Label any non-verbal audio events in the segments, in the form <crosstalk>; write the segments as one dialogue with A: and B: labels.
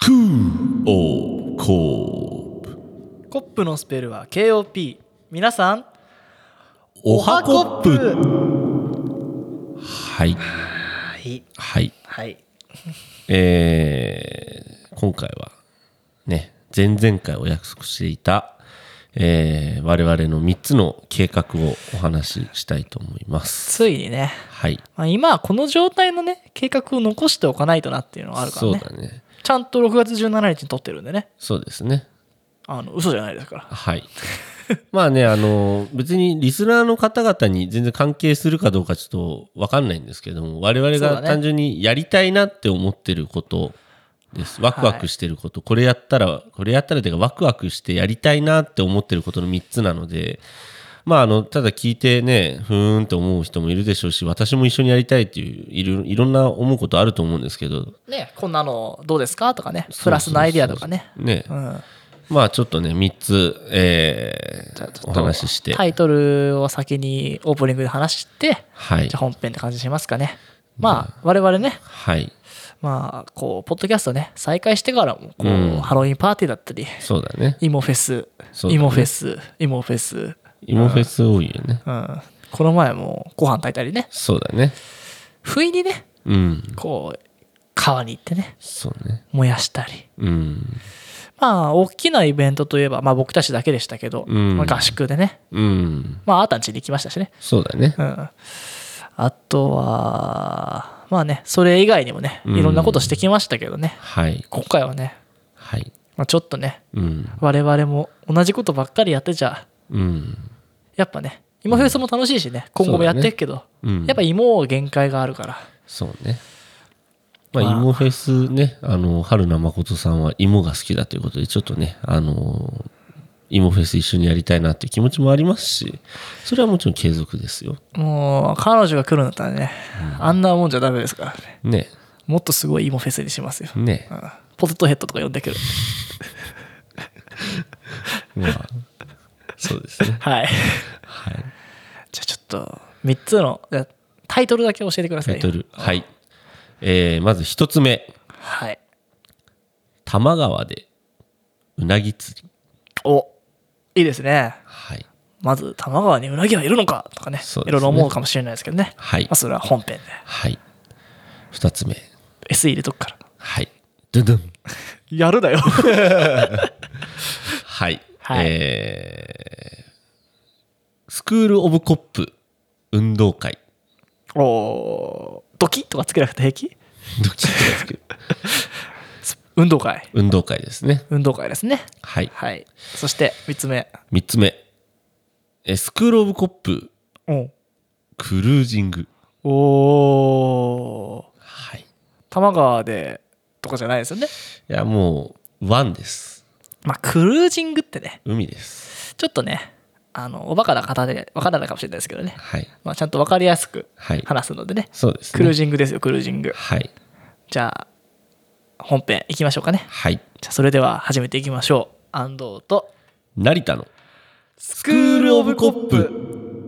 A: クーオーコープ
B: コップのスペルは KOP 皆さん
A: おはコップ
B: プ
A: はい
B: はい
A: はい
B: はい
A: えー今回はね前々回お約束していた、えー我々の3つの計画をお話ししたいと思います
B: ついにね、
A: はい
B: まあ、今はこの状態のね計画を残しておかないとなっていうのがあるから
A: そう
B: ね
A: だね
B: ちゃんと6月17日に撮ってるんでね
A: そうですね
B: あの嘘じゃないですから
A: はい <laughs> まあねあの別にリスナーの方々に全然関係するかどうかちょっと分かんないんですけども我々
B: そう
A: が
B: だね
A: 単純にやりたいなって思ってることです、ワクワクしてること、これやったらこれやったらていうかワクワクしてやりたいなって思ってることの3つなのでまああのただ聞いてねふーんって思う人もいるでしょうし私も一緒にやりたいっていういろいろんな思うことあると思うんですけど
B: ねこんなのどうですかとかねプラスのアイディアとかね
A: ね、
B: うん
A: まあちょっとね3つ、えーお話しして
B: タイトルを先にオープニングで話して
A: はい
B: じゃあ本編って感じしますかねまあ我々ね
A: はい
B: まあ、こう、ポッドキャストね、再開してからも、
A: う
B: こう、
A: ん
B: ハロウィンパーティーだったり、
A: そうだね
B: イモフェス、
A: そうだね
B: イモフェス、イモフェス、
A: 芋フェス多いよね
B: うん。この前もご飯炊いたりね、
A: そうだね
B: 不意にね、
A: うん
B: こう、川に行ってね、
A: そうね
B: 燃やしたり。
A: うん
B: まあ、大きなイベントといえば、まあ僕たちだけでしたけど、
A: うん
B: まあ合宿でね、
A: うん
B: まあ、あーたんちに行きましたしね。
A: そうだね
B: うん。あとは、まあね、それ以外にもね、
A: うん
B: いろんなことしてきましたけどね、
A: はい
B: 今回はね、
A: はい
B: まあ、ちょっとね、
A: うん
B: 我々も同じことばっかりやってちゃ
A: うん
B: やっぱね今フェスも楽しいしね今後もやっていくけど、
A: うん
B: やっぱ芋限界があるから
A: そうねまあ
B: まあ
A: 芋フェスねあの春名誠さんは芋が好きだということでちょっとねあの芋フェス一緒にやりたいなっていう気持ちもありますしそれはもちろん継続ですよ
B: もう彼女が来るんだったらね、あんなもんじゃダメですからね
A: ね
B: もっとすごい芋フェスにしますよ、
A: <laughs> ね
B: うんポテトヘッドとか呼んでくる
A: まあそうですね
B: はい <laughs>
A: はい
B: じゃあちょっと3つのじゃあタイトルだけ教えてくださ
A: タ
B: い
A: イ
B: よ
A: トルはいえーまず一つ目
B: はい
A: 多摩川でうなぎ釣り
B: おいいですね
A: はい
B: まず多摩川にうなぎはいるのかとかね
A: そうですね
B: いろいろ思うかもしれないですけどね、
A: はい
B: まあ、それは本編で
A: はい二つ目
B: SE 入れとくから
A: はいドゥンドゥン
B: やるだよ <laughs>
A: はい、
B: はい
A: えースクール・オブ・コップ運動会
B: おードキッとかつけなくて平気
A: どっちですけど
B: 運動会
A: 運動会ですね
B: 運動会ですね
A: はい
B: はいそして3つ目
A: 三つ目えースクール・オブ・コップクルージング
B: おお
A: はい
B: ー多摩川でとかじゃないですよ
A: い
B: ね
A: やもうワンです
B: まあクルージングってね
A: 海です
B: ちょっとねあのおバカな方でわからないかもしれないですけどね、
A: はい
B: まあ、ちゃんとわかりやすく
A: はい
B: 話すのでね、
A: そうですね
B: クルージングですよクルージング
A: はい
B: じゃあ本編いきましょうかね
A: はい
B: じゃあそれでは始めていきましょう安藤と
A: 成田の
B: ス
A: クール・オブ・コップ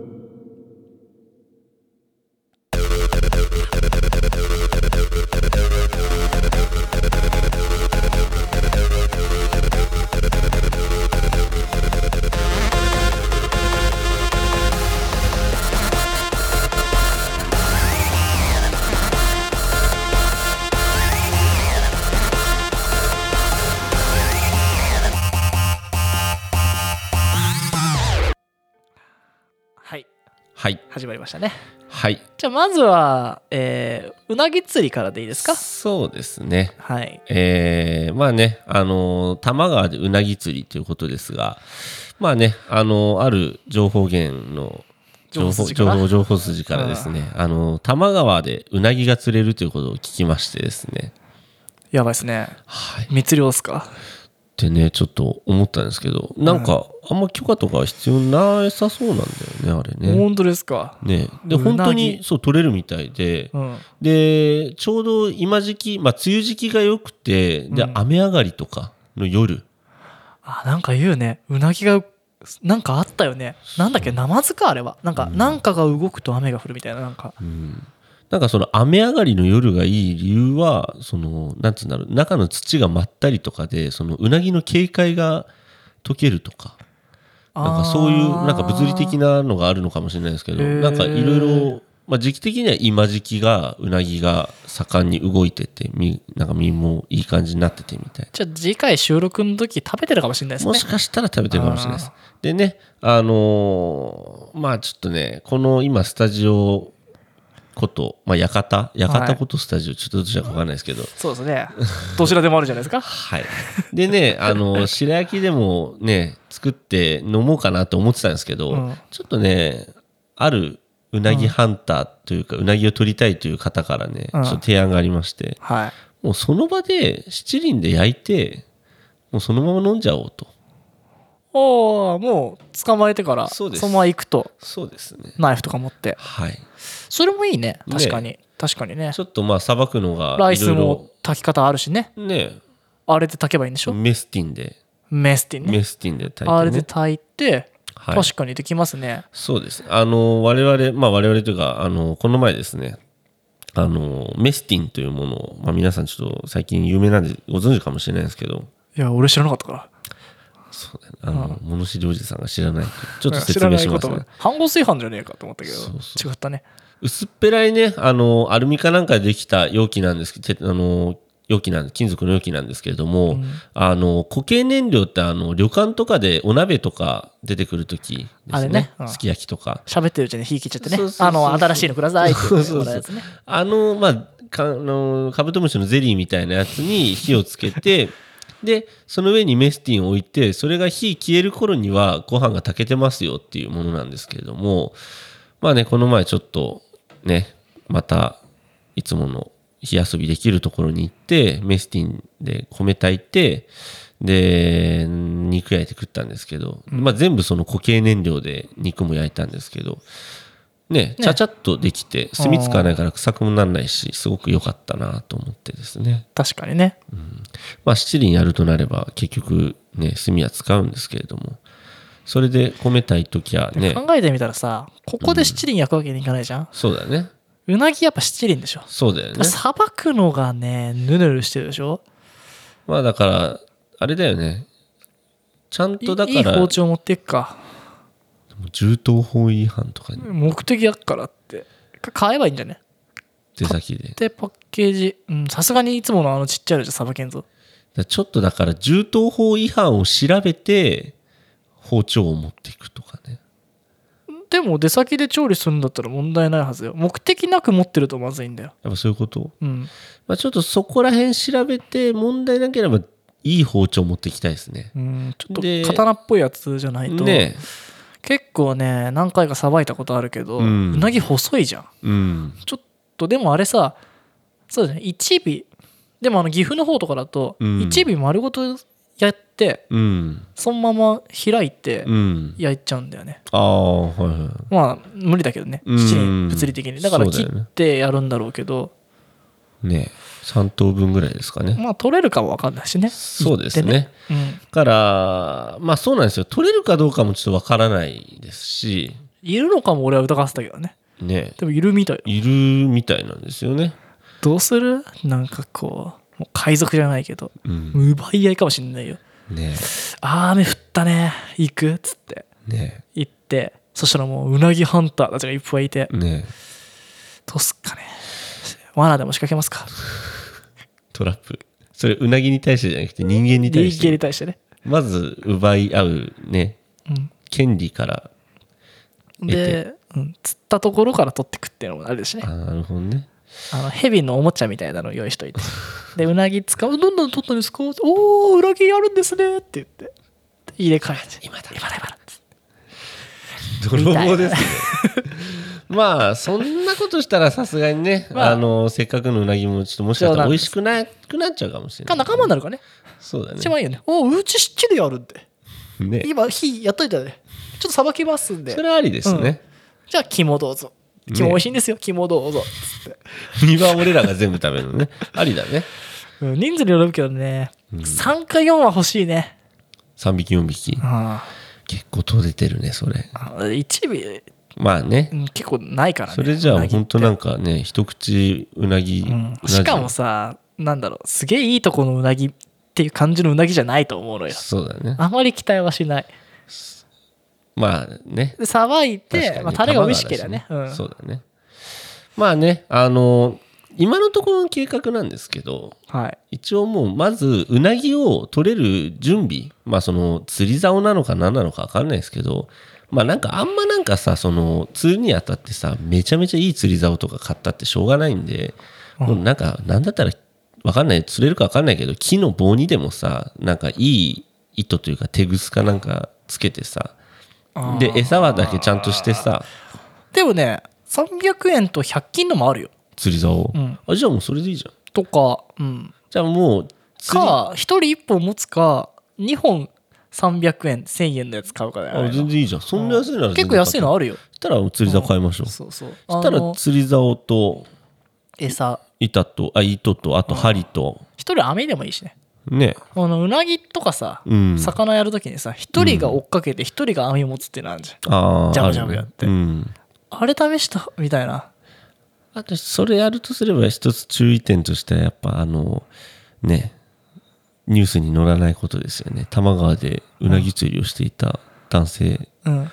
B: はい
A: はい
B: 始まりましたね
A: はい
B: じゃあまずは、えーうなぎ釣りからでいいですか
A: そうですね
B: はい
A: えーまあねあのー多摩川でうなぎ釣りということですがまあねあのーある情報源の
B: 情
A: 情報
B: 報筋か
A: 情
B: ら
A: 報情報筋からですねあのー多摩川でうなぎが釣れるということを聞きましてですね
B: やばいですね
A: はいっ
B: 密漁っすか
A: てねちょっと思ったんですけどなんかあんま許可とか必要なさそうなんだよねあれね。
B: 本当ですか
A: ねで
B: うなぎ
A: 本当にそう取れるみたいで、
B: うん
A: でちょうど今時期、まあ、梅雨時期が良くてで、
B: うん
A: 雨上がりとかの夜
B: あなんか言うねうなぎがなんかあったよねなんだっけナマズかあれはなんか、なんかが動くと雨が降るみたいななんか
A: うんなんかその雨上がりの夜がいい理由はそのなんつうんだろう中の土がまったりとかでそのうなぎの警戒が解けるとかなんかそういうなんか物理的なのがあるのかもしれないですけど
B: へー
A: なんかいろいろまあ時期的には今時期がうなぎが盛んに動いててみなんか身もいい感じになっててみたいな。
B: じゃあ次回収録の時食べてるかもしれないです
A: も
B: ね
A: しかしたら食べてるかもしれないです。でね、あのーまあちょっとね、この今スタジオこと、まあ館、館ことスタジオ、ちょっとどちらかわかんないですけど、
B: そうですねどちらでもあるじゃないです
A: <laughs>
B: か
A: はい。でね、あの、白焼きでもね、作って飲もうかなと思ってたんですけど、
B: うん
A: ちょっとね、あるうなぎハンターというか、うなぎを取りたいという方からね、ち
B: う
A: ょ
B: ん
A: っと提案がありまして、
B: はい
A: もうその場で七輪で焼いて、もうそのまま飲んじゃおうと。
B: おおもう捕まえてから
A: そ
B: そう
A: です
B: のまま行くと
A: そうですね。
B: ナイフとか持って
A: はい。
B: それもいいね確かに、確かにね
A: ちょっとまあさばくのが
B: ライ
A: い
B: ス
A: ろいろ
B: も炊き方あるしね
A: ね
B: あれで炊けばいいんでしょ、
A: メスティンで
B: メスティンね
A: メスティンで炊
B: あれ
A: いて
B: で
A: ね
B: 炊いて、
A: はい
B: 確かにできますね
A: そうですあの我々まあ我々というかあのこの前ですねあのメスティンというものを、まあ、皆さんちょっと最近有名なんでご存知かもしれないですけど
B: いや俺知らなかったから
A: そうだねあの物知りおじさんが知らないちょっと
B: 知
A: 説
B: ら
A: 明
B: ない
A: し
B: こ
A: ま
B: と
A: す
B: は
A: ね
B: 半合炊飯じゃねえかと思ったけど
A: そうそ
B: 違ったね
A: 薄っぺらいねあのアルミかなんかでできた容器なんですけどてあの容器なん金属の容器なんですけれども、あの固形燃料ってあの旅館とかでお鍋とか出てくる時で
B: あ
A: す
B: れ
A: ね
B: ねうん
A: すき焼きとか
B: 喋ってるうちに火切っちゃってね
A: そうそうそうそう
B: あの新しいのくださいって言ってもらうやつね
A: あのまあかあのカブトムシのゼリーみたいなやつに火をつけてでその上にメスティンを置いてそれが火消える頃にはご飯が炊けてますよっていうものなんですけれどもまあねこの前ちょっとねまたいつもの火遊びできるところに行ってメスティンで米炊いてで肉焼いて食ったんですけど、まあ、全部その固形燃料で肉も焼いたんですけどねちゃちゃっとできて炭使わないから臭くもなんないしすごく良かったなと思ってですね
B: 確かにね
A: まあ七輪やるとなれば結局ね炭は使うんですけれどもそれで米炊いときゃね
B: 考えてみたらさここで七輪焼くわけにいかないじゃん、
A: そうだね
B: うなぎやっぱ七輪でしょ
A: そうだよね
B: さばくのがねぬるぬるしてるでしょ
A: まあだからあれだよねちゃん
B: い
A: とだ
B: いい
A: から
B: 包丁持っていくか
A: 銃刀法違反とかに
B: 目的やっからってか買えばいいんじゃね
A: 出先でだか
B: でパッケージうんさすがにいつものあのちっちゃいのじゃさばけんぞ
A: らちょっとだから銃刀法違反を調べて包丁を持っていくとかね
B: でも出先で調理するんだったら問題ないはずよ目的なく持ってるとまずいんだよ
A: やっぱそういうこと
B: うん
A: まあ、ちょっとそこら辺調べて問題なければいい包丁持ってきたいですね。
B: うんちょっと
A: で
B: 刀っぽいやつじゃないと、
A: ね
B: 結構ね何回かさばいたことあるけど、
A: う
B: うんなぎ細いじゃん
A: うん
B: ちょっとでもあれさそうだね1尾でもあの岐阜の方とかだと
A: うん
B: 1尾丸ごとやって
A: うん
B: そのまま開いて
A: うん
B: 焼いちゃうんだよね、
A: ああはいはい
B: まあ無理だけどね
A: うん
B: 七輪物理的にだから
A: そうだ
B: 切
A: よね
B: ってやるんだろうけど
A: ね3等分ぐらいですかね。
B: まあ取れるかも分かんないしね
A: そうです
B: 切って
A: ね。
B: うん
A: からまあそうなんですよ取れるかどうかもちょっとわからないですし
B: いるのかも俺は疑ってたけどね
A: ね
B: でもいるみたいよ
A: いるみたいなんですよね。
B: どうするなんかこうもう海賊じゃないけど
A: うん、
B: 奪い合いかもしんないよ
A: ね
B: あー雨降ったね行くっつって
A: ね
B: 行ってそしたらもううなぎハンターたちがいっぱいいて
A: ね
B: どうすっかね罠でも仕掛けますか
A: トラップそれうなぎに対してじゃなくて人間に
B: 人
A: 対し
B: 間
A: て
B: に対してね、
A: まず奪い合うね権利から
B: うん、
A: 得て
B: で、うん、釣ったところから取ってくっていうのもあるですしね
A: あなるほど
B: <laughs>
A: ね。
B: あの蛇のおもちゃみたいなのを用意し
A: <laughs>
B: といてでうなぎ使うどんどん取ったんですかおおうなぎあるんですねって言って入れ替えて今だ今だ今だっつって
A: 泥棒ですね <laughs> まあそんなことしたらさすがにね、
B: まあ
A: あ、のせっかくのうなぎもちょっともしかしたら
B: そ
A: 美
B: うなんで
A: 味
B: す
A: しくなくなっちゃうかもしれな
B: か
A: い
B: 仲間になるからね
A: そうだ
B: 一
A: ね
B: 番いいよねおおうち七でやるんで
A: ね
B: 今火やっといたねちょっとさばきますんで
A: それはありですね、
B: じゃあ肝どうぞ
A: ね
B: 肝美味しいんですよ、肝どうぞつって
A: 身は俺らが全部食べるのねありだね
B: うん人数によるけどね、3か4は欲しいね、
A: 3匹4匹
B: あ
A: 結構取れてるねそれ
B: あ1尾
A: まあね
B: う。ん、結構ないからね
A: それじゃ
B: う
A: あ
B: なぎって
A: 本当なんかね、一口うなぎ
B: うん。しかもさなんだろうすげえいいとこのうなぎっていう感じのうなぎじゃないと思
A: う
B: うの
A: な
B: よ
A: じそうだね。
B: あまり期待はしない
A: まあね。
B: でさばい
A: 確か
B: て、
A: に
B: まあ、タレが美味しければね
A: 玉川だし
B: うん、
A: そうだね。まあね、あの、今のところの計画なんですけど、
B: はい
A: 一応もうまずうなぎを取れる準備まあその釣り竿なのか何なのか分かんないですけどまあなんかあんまなんかさその釣るにあたってさめちゃめちゃいい釣り竿とか買ったってしょうがないんで、もうなんかなんだったら分かんない釣れるか分かんないけど木の棒にでもさなんかいい糸というか手ぐすかなんかつけてさで餌はだけちゃんとしてさ
B: でもね300円と100均のもあるよ
A: 釣り竿を、
B: うん
A: あじゃあもうそれでいいじゃん
B: とか、うん、
A: じゃあもう釣り
B: か1人1本持つか2本300円1000円のやつ買うかだよ
A: あ
B: ね
A: 全然いいじゃんそんな安いなら
B: 結構安いの
A: あ
B: あるよ
A: したら釣り竿買いましょう、
B: そうそ
A: そ
B: う
A: した
B: あ
A: ら
B: の
A: 釣り竿と
B: 餌
A: 板とあ糸とあと針と、
B: 一人網でもいいしね
A: ね
B: あのうなぎとかさ、
A: うん
B: 魚やるときにさ一人が追っかけて一人が網持つってなんじゃん、
A: ああ
B: ジャブジャブやって
A: うん、
B: あれ試したみたいな
A: あとそれやるとすれば一つ注意点としてはやっぱあのねニュースに載らないことですよね多摩川でうなぎ釣りをしていた男性
B: うん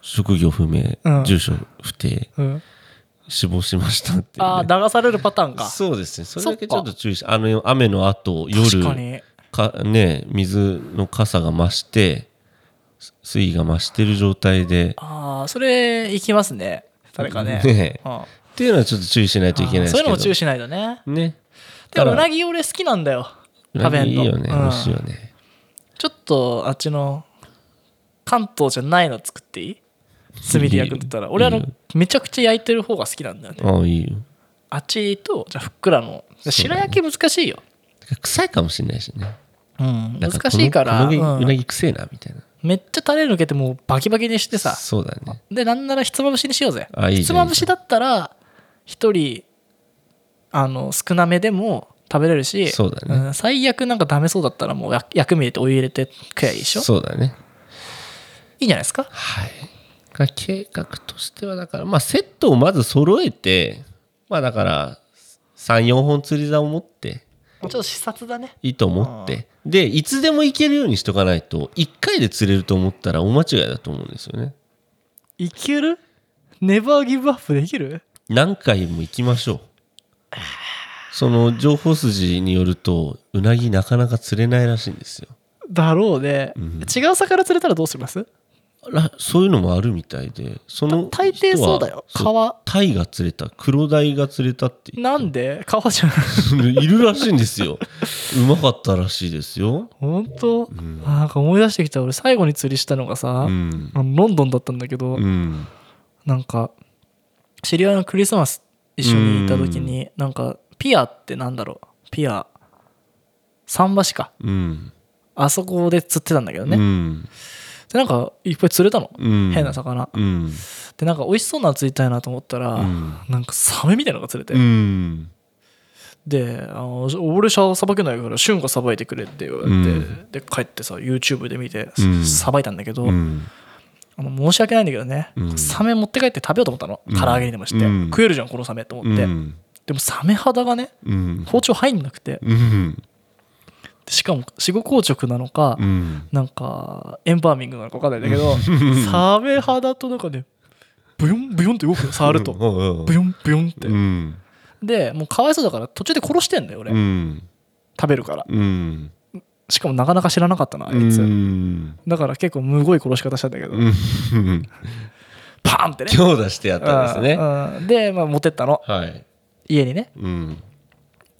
A: 職業不明、
B: うん
A: 住所不定
B: うん
A: 死亡しましたっていうね、
B: ああ流されるパターンか
A: そうですねそれだけち
B: そっ
A: ょ
B: か
A: っと注意しあの雨の後夜
B: 確かに
A: かね水の傘が増してす水位が増してる状態で
B: ああそれいきますね誰かね
A: ね
B: うんあ
A: っていうのはちょっと注意しないといけない
B: ー
A: です
B: そ
A: け
B: ういう
A: ど
B: のも注意しないとね
A: ね
B: でもうな
A: ぎ
B: ぎ俺好きなんだよ食べ
A: い
B: んの
A: いよね
B: うん
A: 美味しいよね
B: ちょっとあっちの関東じゃないの作っていい炭で焼くんだった
A: い
B: ら
A: いよ
B: 俺あの
A: いいよ
B: めちゃくちゃ焼いてる方が好きなんだよね
A: ああいいよ
B: あっちとじゃあふっくらの白焼き難しいよ、
A: てか臭いかもしれないしね
B: うん、
A: なん
B: 難しいから
A: このこの
B: うん
A: うなぎ臭えなみたいな
B: めっちゃタレ抜けてもうバキバキにしてさ
A: そうだね
B: でなんならひつまぶしにしようぜ
A: あいいね
B: ひつまぶしだったら一人あの少なめでも食べれるし
A: そうだね
B: ん最悪なんかダメそうだったらもうや薬味入れてお湯入れて食えばいいでしょ
A: そうだね
B: いいんじゃないですか
A: はいが計画としてはだからまあセットをまず揃えてまあだから34本釣り竿を持って
B: ちょっと視察だね
A: いいと思ってでいつでも行けるようにしとかないと1回で釣れると思ったら大間違いだと思うんですよね
B: いけるネバーギブアップできる
A: 何回も行きましょうその情報筋によるとうなぎなかなか釣れないらしいんですよ
B: だろうね、
A: ん
B: 違う魚釣れたらどうします
A: らそういうのもあるみたいでその
B: た大抵
A: 人は
B: そうだよ
A: そう
B: 川
A: タイが釣れたクロダイが釣れたって言っ
B: なんで川じゃん
A: いるらしいんですようまかったらしいですよ
B: 本当、あなんか思い出してきた俺最後に釣りしたのがさ、
A: うん
B: あのロンドンだったんだけど、
A: うん
B: なんか知り合いのクリスマス一緒にいた時に、なんかピアってなんだろうピア桟橋か
A: うん
B: あそこで釣ってたんだけどね、
A: う
B: で
A: ん
B: なんかいっぱい釣れたの、
A: うん
B: 変な魚
A: うん
B: でなんか美味しそうなの釣りたいなと思ったら、
A: うん
B: なんかサメみたいなのが釣れて、
A: うん
B: であの俺しゃさばけないから旬がさばいてくれって言われて、
A: うん
B: で帰ってさ YouTube で見て
A: うん
B: さばいたんだけど、
A: うん
B: あの申し訳ないんだけどね、
A: うん
B: サメ持って帰って食べようと思ったの、
A: うん
B: 唐揚げにでもして、
A: うん
B: 食えるじゃんこのサメと思って、
A: うん
B: でもサメ肌がね
A: うん
B: 包丁入んなくて
A: うん
B: でしかも死後硬直なのか、
A: うん
B: なんかエンバーミングなのか分かんないんだけどサメ肌となんかねブヨンブヨンって動くの触ると
A: と
B: ブヨンブヨンって、
A: うん
B: でもうかわいそうだから途中で殺してんだよ俺、
A: うん
B: 食べるから
A: うん
B: しかもなかなか知らなかったなあいつ、
A: うん
B: だから結構むごい殺し方したんだけど、
A: うん
B: パーンってね
A: 強打してやったんですね
B: うんうんで、まあ、持ってったの
A: はい
B: 家にね
A: うん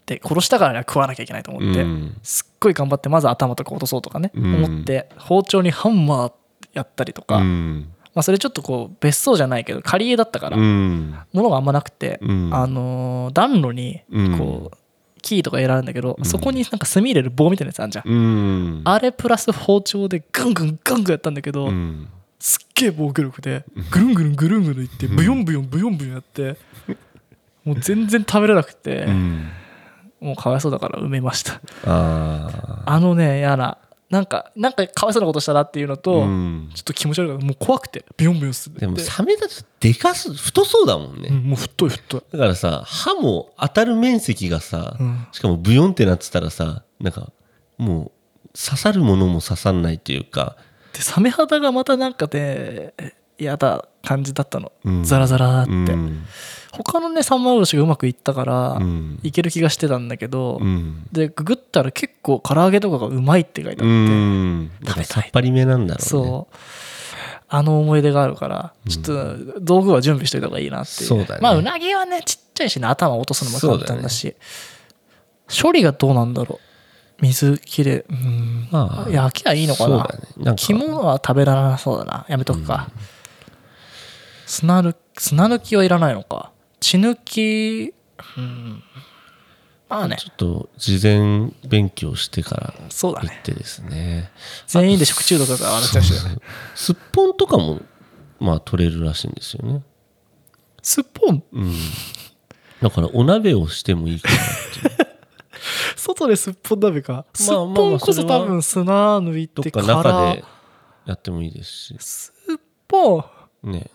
B: で殺したからには食わなきゃいけないと思って、
A: うん
B: すっごい頑張ってまず頭とか落とそうとかね、
A: うん
B: 思って包丁にハンマーやったりとか、
A: う
B: ま
A: ん
B: あ、それちょっとこう別荘じゃないけど仮家だったから、
A: うん
B: 物があんまなくて、
A: うん
B: あのー暖炉に
A: うん
B: こう、キーとか入れられるんだけど、
A: うん
B: そこになんか炭入れる棒みたいなやつあるじゃん、
A: うん
B: あれプラス包丁でガンガンガンガンやったんだけど、
A: うん
B: すっげえ防御力でぐるんぐるんぐるんぐるんいってブヨンブヨンブヨンブヨンやってもう全然食べれなくて
A: うん
B: もうかわいそうだから埋めました
A: あ
B: あのね嫌ななんかなんかかわいそうなことしたなっていうのと、
A: うん
B: ちょっと気持ち悪いからもう怖くてビヨンビヨンする
A: でもサメだとでかす太そうだもんね、
B: うん、もう太い太い
A: だからさ歯も当たる面積がさ、
B: うん
A: しかもブヨンってなってたらさなんかもう刺さるものも刺さんないというか
B: でサメ肌がまたなんかで嫌だ感じだったの、
A: うん
B: ザラザラって、
A: うん
B: 他のね三枚おろしがうまくいったから、
A: うん
B: いける気がしてたんだけど、
A: うん
B: でググったら結構唐揚げとかがうまいって書いてあって、
A: うんだからさっぱりめなんだろうね
B: そうあの思い出があるからちょっと道具は準備しといた方がいいなっていう、
A: そうだね
B: まあうなぎはねちっちゃいしね頭落とすのも簡単だし処理がどうなんだろう水きれいうん
A: まあ
B: 焼きゃいいのか
A: そう
B: な
A: だねなんか
B: 肝は食べられなそうだなやめとくか、砂抜き砂抜きはいらないのか血抜きうんまあね
A: ちょっと事前勉強してから
B: そうだ
A: 行
B: ね
A: ってですね
B: 全員で食中毒だから笑っちゃうしね
A: すっぽんとかもまあ取れるらしいんですよね
B: すっぽん <laughs>
A: うんだからお鍋をしてもいいかな
B: 外ですっぽん鍋か。すっ
A: まあまあ
B: ぽ
A: ま
B: ん
A: あ
B: こそ多分砂抜い
A: どって
B: か。
A: から中でやってもいいですし
B: すっぽん。
A: ね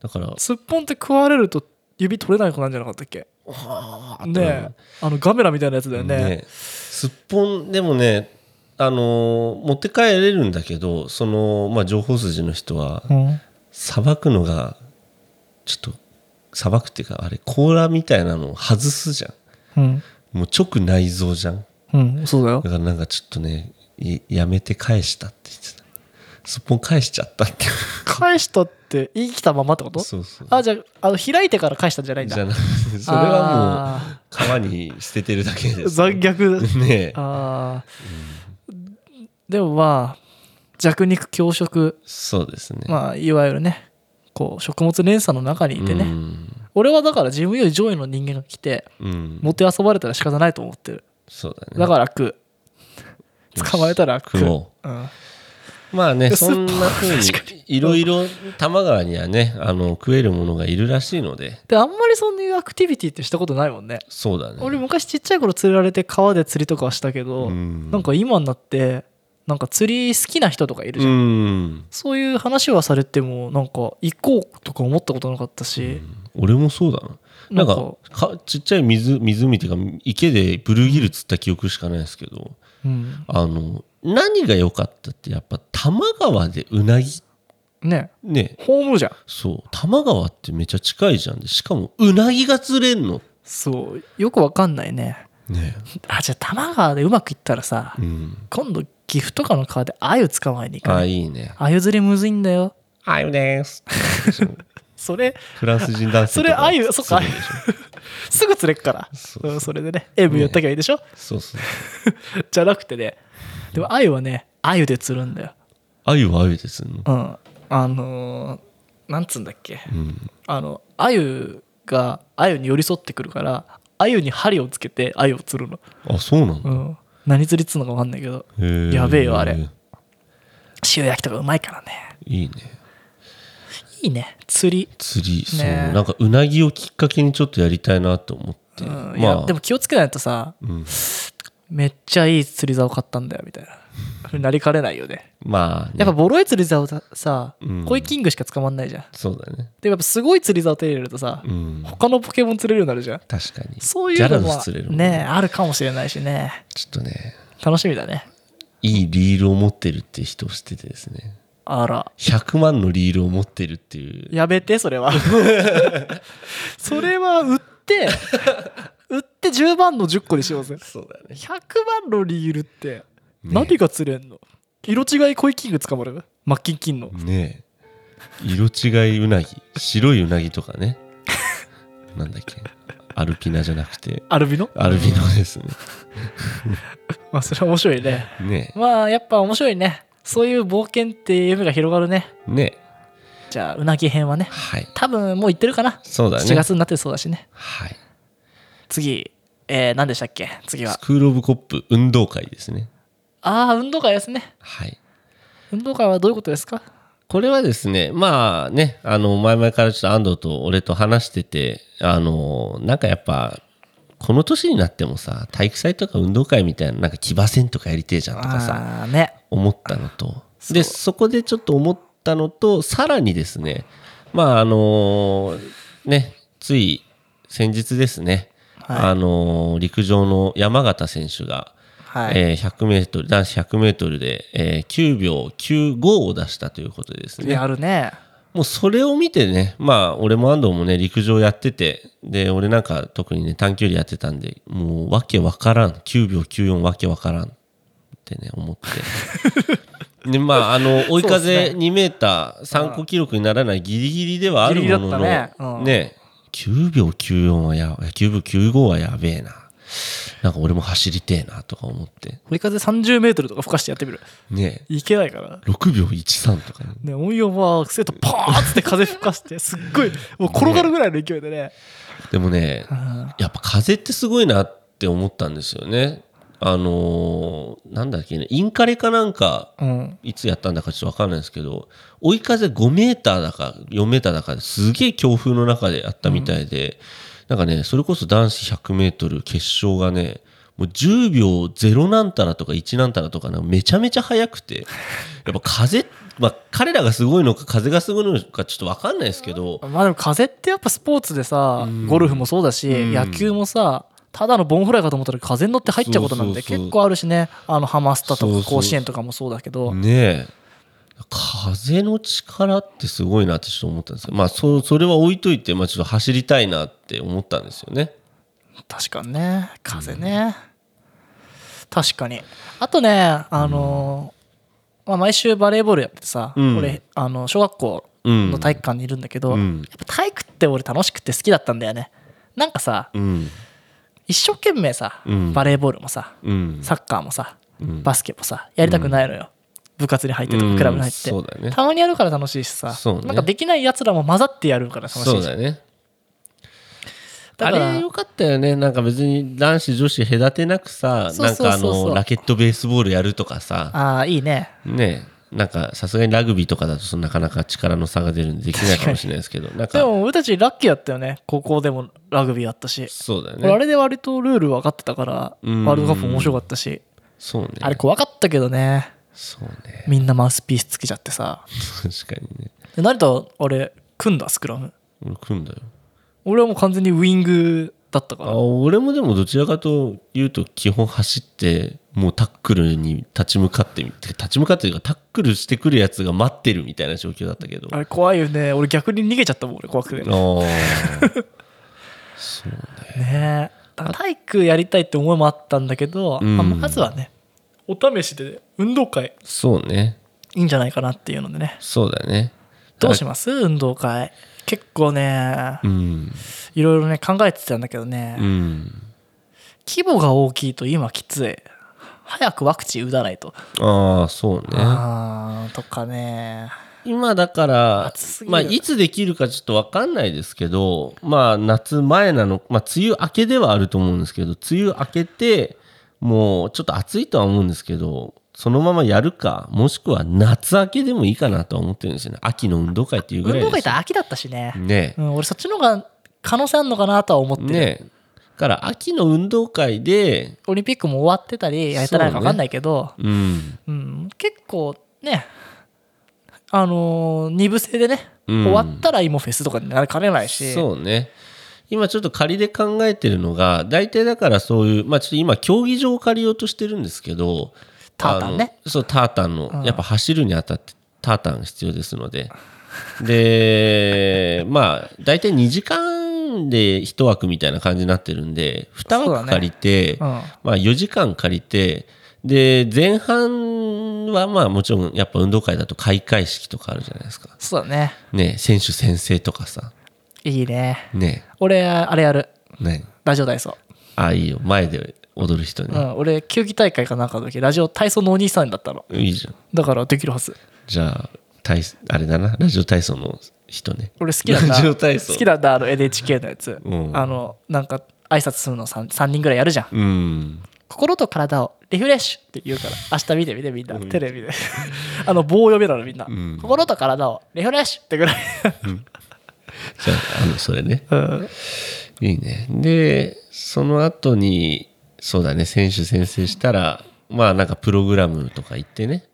A: だから
B: すっぽんって食われると指取れない子なんじゃなかったっけねえ。あのガメラみたいなやつだよね。
A: ねすっぽんでもねあのー持って帰れるんだけどそのまあ情報筋の人は
B: うん
A: さばくのがちょっとさばくっていうかあれ甲羅みたいなのを外すじゃ
B: うん。
A: んもう直内臓じゃん
B: うん。そうだよ
A: <laughs> だ。からなんかちょっとねいやめて返したって言ってたすっぽん返しちゃったって
B: 返したって生きたままってこと
A: <laughs> そうそう
B: あ、じゃあ、あの開いてから返したんじゃないんだ。
A: じゃなくてそれはもう
B: あ
A: 川に捨ててるだけ
B: ー
A: です
B: 残
A: <laughs>
B: 虐だ。
A: ねえ
B: ああ。でもまあ、弱肉強食。
A: そうですね
B: まあ、いわゆるね、こう、食物連鎖の中にいてね。
A: うん
B: 俺はだから自分より上位の人間が来て
A: うん
B: もてあそばれたら仕方ないと思ってる
A: そうだね
B: だから食う
A: よし
B: 捕まえたら食
A: 食
B: う、
A: お
B: うん、
A: うまあ
B: <laughs>
A: ね
B: で
A: そんなふうに
B: スーパー確かに
A: いろいろ多摩川にはねあの食えるものがいるらしいので
B: であんまりそういうアクティビティってしたことないもんね
A: そうだね
B: 俺昔ちっちゃい頃釣られて川で釣りとかはしたけ
A: う
B: ど、
A: ん
B: なんか今になってなんか釣り好きな人とかいるじ
A: う
B: ゃん、
A: ん
B: そういう話はされてもなんか行こうとか思ったことなかったし、
A: 俺もそうだななん
B: なん
A: かかちっちゃい水湖っていうか池でブルーギル釣った記憶しかないですけど
B: うん
A: あの何が良かったってやっぱ多摩川でうなぎ
B: ね
A: ね
B: ホームじゃん
A: そう多摩川ってめっちゃ近いじゃんでしかもうなぎが釣れんの
B: そうよくわかんないね
A: ね
B: あじゃあ多摩川でうまくいったらさ、
A: うん
B: 今度岐阜とかの川で鮎捕まえに行か
A: あ
B: ない
A: いいね
B: 鮎釣りむずいんだよ
A: あゆです
B: そ
A: <laughs>
B: れ
A: フランス人男性
B: そ
A: と
B: れ
A: か
B: 鮎そっか鮎 <laughs> すぐ釣れっから
A: そううん
B: それでね塩分やったきゃいいでしょ、
A: そうそう
B: じゃなくてねでも鮎はね鮎で釣るんだよ
A: あゆはあゆですね
B: うんあのーなんつうんだっけ
A: うん
B: あの鮎が鮎に寄り添ってくるから鮎に針をつけて鮎を釣るの、
A: あそうな
B: う
A: の
B: ん、何釣りっつうのか分かんないけど
A: へー
B: やべえよあれ塩焼きとかうまいからね
A: いいね
B: いいね釣り
A: 釣りそう
B: ねえ
A: なんかうなぎをきっかけにちょっとやりたいなと思って
B: うんいや
A: まあ
B: でも気をつけないとさ
A: うん
B: めっちゃいい釣り竿買ったんだよみたいなふうになりかねないよね
A: まあね
B: やっぱボロい釣り竿ださ、
A: うん
B: コイキングしか捕まんないじゃん
A: そうだね
B: でもやっぱすごい釣り竿手に入れるとさ、
A: うん
B: 他のポケモン釣れるようになるじゃん
A: 確かに
B: そうい
A: ジ
B: う
A: ャラル
B: のも
A: ス釣れるもん
B: ねあるかもしれないしね
A: ちょっとね
B: 楽しみだね
A: いいリールを持ってるって人をしててですね
B: あら
A: 100万のリールを持ってるっていう
B: やめて
A: <laughs>
B: それはそれは売って売って10万の10個にしようぜ
A: そうだね
B: 100万のリールって何が釣れんの、色違いコイキング捕まるマッキンキンの
A: ねえ色違いうなぎ白いうなぎとか <laughs> ねなんだっけアルピナじゃなくて
B: アルビノ
A: アルビノですね
B: まあそれは面白いね
A: <laughs> ね
B: まあやっぱ面白いねそういう冒険って夢が広がるね
A: えねえ
B: じゃあうなぎ編はね
A: はい
B: 多分もう行ってるかな、
A: そうだね
B: 7月になってそうだしね
A: はい
B: 次えー、何でしたっけ次は
A: スクール・オブ・コップ運動会ですね
B: ああ運動会ですね
A: はい
B: 運動会はどういうことですか
A: これはですねまあねあの前々からちょっと安藤と俺と話しててあのなんかやっぱこの年になってもさ体育祭とか運動会みたいななんか騎馬戦とかやりてえじゃんとかさ
B: ああーね
A: 思ったのと、でそこでちょっと思ったのとさらにですねまああのねつい先日ですね、
B: はい
A: あの陸上の山形選手が、
B: はい。
A: えー、100m 男子 100m で、えー9秒95を出したということでですね
B: やるね。
A: もうそれを見てね、まあ俺も安藤もね、陸上やってて、で、俺なんか特にね、短距離やってたんで、もうわけわからん。9秒94わけわからんってね、思
B: <laughs>
A: って。で、まああの、追い風2メーター参考記録にならないギリギリではあるものの、
B: ギリギリだったねうん
A: ね、9秒94はや、9秒95はやべえな。なんか俺も走りてえなとか思って。
B: 追い風30メートルとか吹かしてやってみる。
A: ね、
B: いけないかな。
A: 6秒13とかね。
B: ね、音量は生徒パーンって風吹かして、すっごい、もう転がるぐらいの勢いでね。
A: でもね、
B: うん
A: やっぱ風ってすごいなって思ったんですよね。あのーなんだっけね、インカレかなんか、
B: うん。
A: いつやったんだかちょっとわかんないですけど、追い風5メーターだか4メーターだかですげえ強風の中でやったみたいで、なんかね、それこそ男子100メートル決勝がね、もう10秒0なんたらとか1なんたらとかなんかめちゃめちゃ速くて、やっぱ風、まあ彼らがすごいのか風がすごいのかちょっとわかんないですけど、
B: まあでも風ってやっぱスポーツでさ、
A: うん
B: ゴルフもそうだし、
A: うん
B: 野球もさ、ただのボンフライかと思ったら風に乗って入っちゃうことなんて
A: そうそうそう
B: 結構あるしね。あのハマスタ
A: そうそ
B: と
A: う
B: か
A: そう
B: 甲子園とかもそうだけど。
A: ねえ風の力ってすごいなってちょっと思ったんですけどまあそそれは置いといて、まあ、ちょっと走りたいなって思ったんですよね。
B: 確かにね風ね、確かにあとねあのーまあ、毎週バレーボールやっててさ、
A: うん
B: 俺あの小学校
A: うん、
B: の体育館にいるんだけど、
A: うん
B: やっぱ体育って俺楽しくて好きだったんだよねなんかさ
A: うん
B: 一生懸命さ、
A: うん
B: バレーボールもさ
A: うん
B: サッカーもさ
A: うん
B: バスケもさやりたくないのよ、部活に入ってと
A: うん
B: かクラブに入って、
A: そうだよね
B: たまにやるから楽しいしさ、
A: そうね
B: なんかできないやつらも混ざってやるから楽しいし
A: そうだよね。
B: だ
A: あ
B: から
A: れよかったよねなんか別に男子女子隔てなくさ
B: そう
A: なん
B: そう
A: かあ
B: そうそう
A: のラケットベースボールやるとかさ
B: ああいいね
A: ねえなんかさすがにラグビーとかだとそのなかなか力の差が出るんでできないかもしれないですけどなん
B: で
A: か
B: も俺たちラッキーだったよね高校でもラグビーやったし
A: そうだよ
B: 俺あ
A: ね。
B: れで割とルール分かってたからワ
A: うん
B: ールドカップ面白かったし
A: そうね
B: あれ怖かったけどね
A: そうね
B: みんなマウスピースつけちゃってさ
A: 確かにね。
B: で成田あれ組んだスクラム
A: 俺来んだよ。
B: 俺はもう完全にウイングだったから
A: あ俺もでもどちらかというと基本走ってもうタックルに立ち向かってみて立ち向かってというかタックルしてくるやつが待ってるみたいな状況だったけど
B: あれ怖いよね俺逆に逃げちゃったもん俺怖くてね
A: ああ
B: えだから体育やりたいって思いもあったんだけど、
A: うん
B: まあまずはねお試しで運動会
A: そうね
B: いいんじゃないかなっていうのでね
A: そうだね
B: どうし
A: ま
B: ます運動会結構ね
A: うん
B: いろいろね考えてたんだけどね、
A: うん
B: 規模が大きいと今きつい早くワクチン打たないと、
A: ああそうね
B: あーとかね
A: 今だから
B: 暑すぎる
A: まあいつできるかちょっとわかんないですけどまあ夏前なのまあ梅雨明けではあると思うんですけど梅雨明けてもうちょっと暑いとは思うんですけどそのままやるかもしくは夏明けでもいいかなとは思ってるんですよね秋の運動会っていうぐら
B: 運
A: い
B: 動会
A: です
B: って秋だったしね、
A: ね
B: うん、俺そっちの方が可能性あるのかなとは思っ
A: え
B: てる、
A: ねえだから秋の運動会で
B: オリンピックも終わってたりやれてないか分かんないけど
A: うん
B: う、ん、結構ねあのー、2部制でね、
A: うん
B: 終わったら芋フェスとかになりかねないし
A: そうね今ちょっと仮で考えてるのが大体だからそういうまあちょっと今競技場を借りようとしてるんですけど
B: タータンね
A: あのそうタータンの、
B: うん
A: やっぱ走るにあたってタータンが必要ですのでで <laughs> まあ大体2時間で1枠みたいな感じになってるんで2
B: そうだ
A: 枠
B: ね
A: 借りて、
B: うん
A: まあ、4時間借りてで前半はまあもちろんやっぱ運動会だと開会式とかあるじゃないですか
B: そうだね
A: ね選手宣誓とかさ
B: いいね
A: ね
B: 俺あれやる
A: 何
B: ラジオ体操
A: あいいよ前で踊る人
B: う
A: ね、
B: ん、俺球技大会かなんかの時ラジオ体操のお兄さんだったの
A: いいじゃん
B: だからできるはず
A: じゃあ体あれだなラジオ体操の人ね
B: 俺好きなんだ
A: <laughs> ラジオ体操
B: 好きなんだあの NHK のやつ、
A: うん
B: あのなんか挨拶するの 3, 三人ぐらいやるじゃん
A: うん
B: 心と体をリフレッシュって言うから明日見て見てみんなテレビで <laughs> あの棒読めなのみんな、
A: ん
B: 心と体をリフレッシュってぐらい、
A: じゃああのそれね
B: うん、
A: いいねでその後にそうだね選手宣誓したらまあなんかプログラムとか行ってね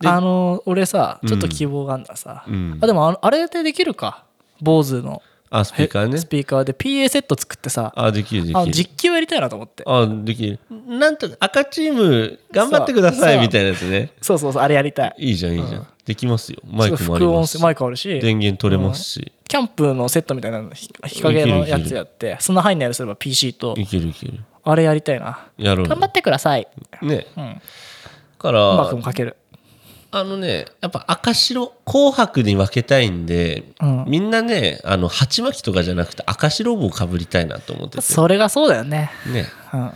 A: で
B: あの俺さ
A: うん
B: ちょっと希望があんださ、
A: うん
B: あでもあのあれでできるか BOSE の
A: あスピーカーね
B: スピーカーで PA セット作ってさ
A: あできるで
B: あの
A: きる
B: 実況やりたいなと思って
A: あできるなんと赤チーム頑張ってくださ
B: そ
A: いうみたいなやつね
B: そうそうそうあれやりたい
A: いいじゃんいいじゃん、
B: うん
A: できますよマイク
B: す
A: も
B: ご
A: あ
B: い
A: り
B: 副音
A: ます
B: 声マイクあるし
A: 電源取れますし、
B: キャンプのセットみたいなのひ日陰のやつやってそんな範囲内にすれば PC と
A: いけるいける
B: あれやりたいな
A: やろうよ
B: 頑張ってください
A: ね
B: うん
A: か
B: 音
A: ら
B: 楽もかける
A: あのねやっぱ赤白紅白に分けたいんで、
B: うん
A: みんなねあの鉢巻きとかじゃなくて赤白帽かぶりたいなと思ってて
B: それがそうだよね
A: ね
B: うん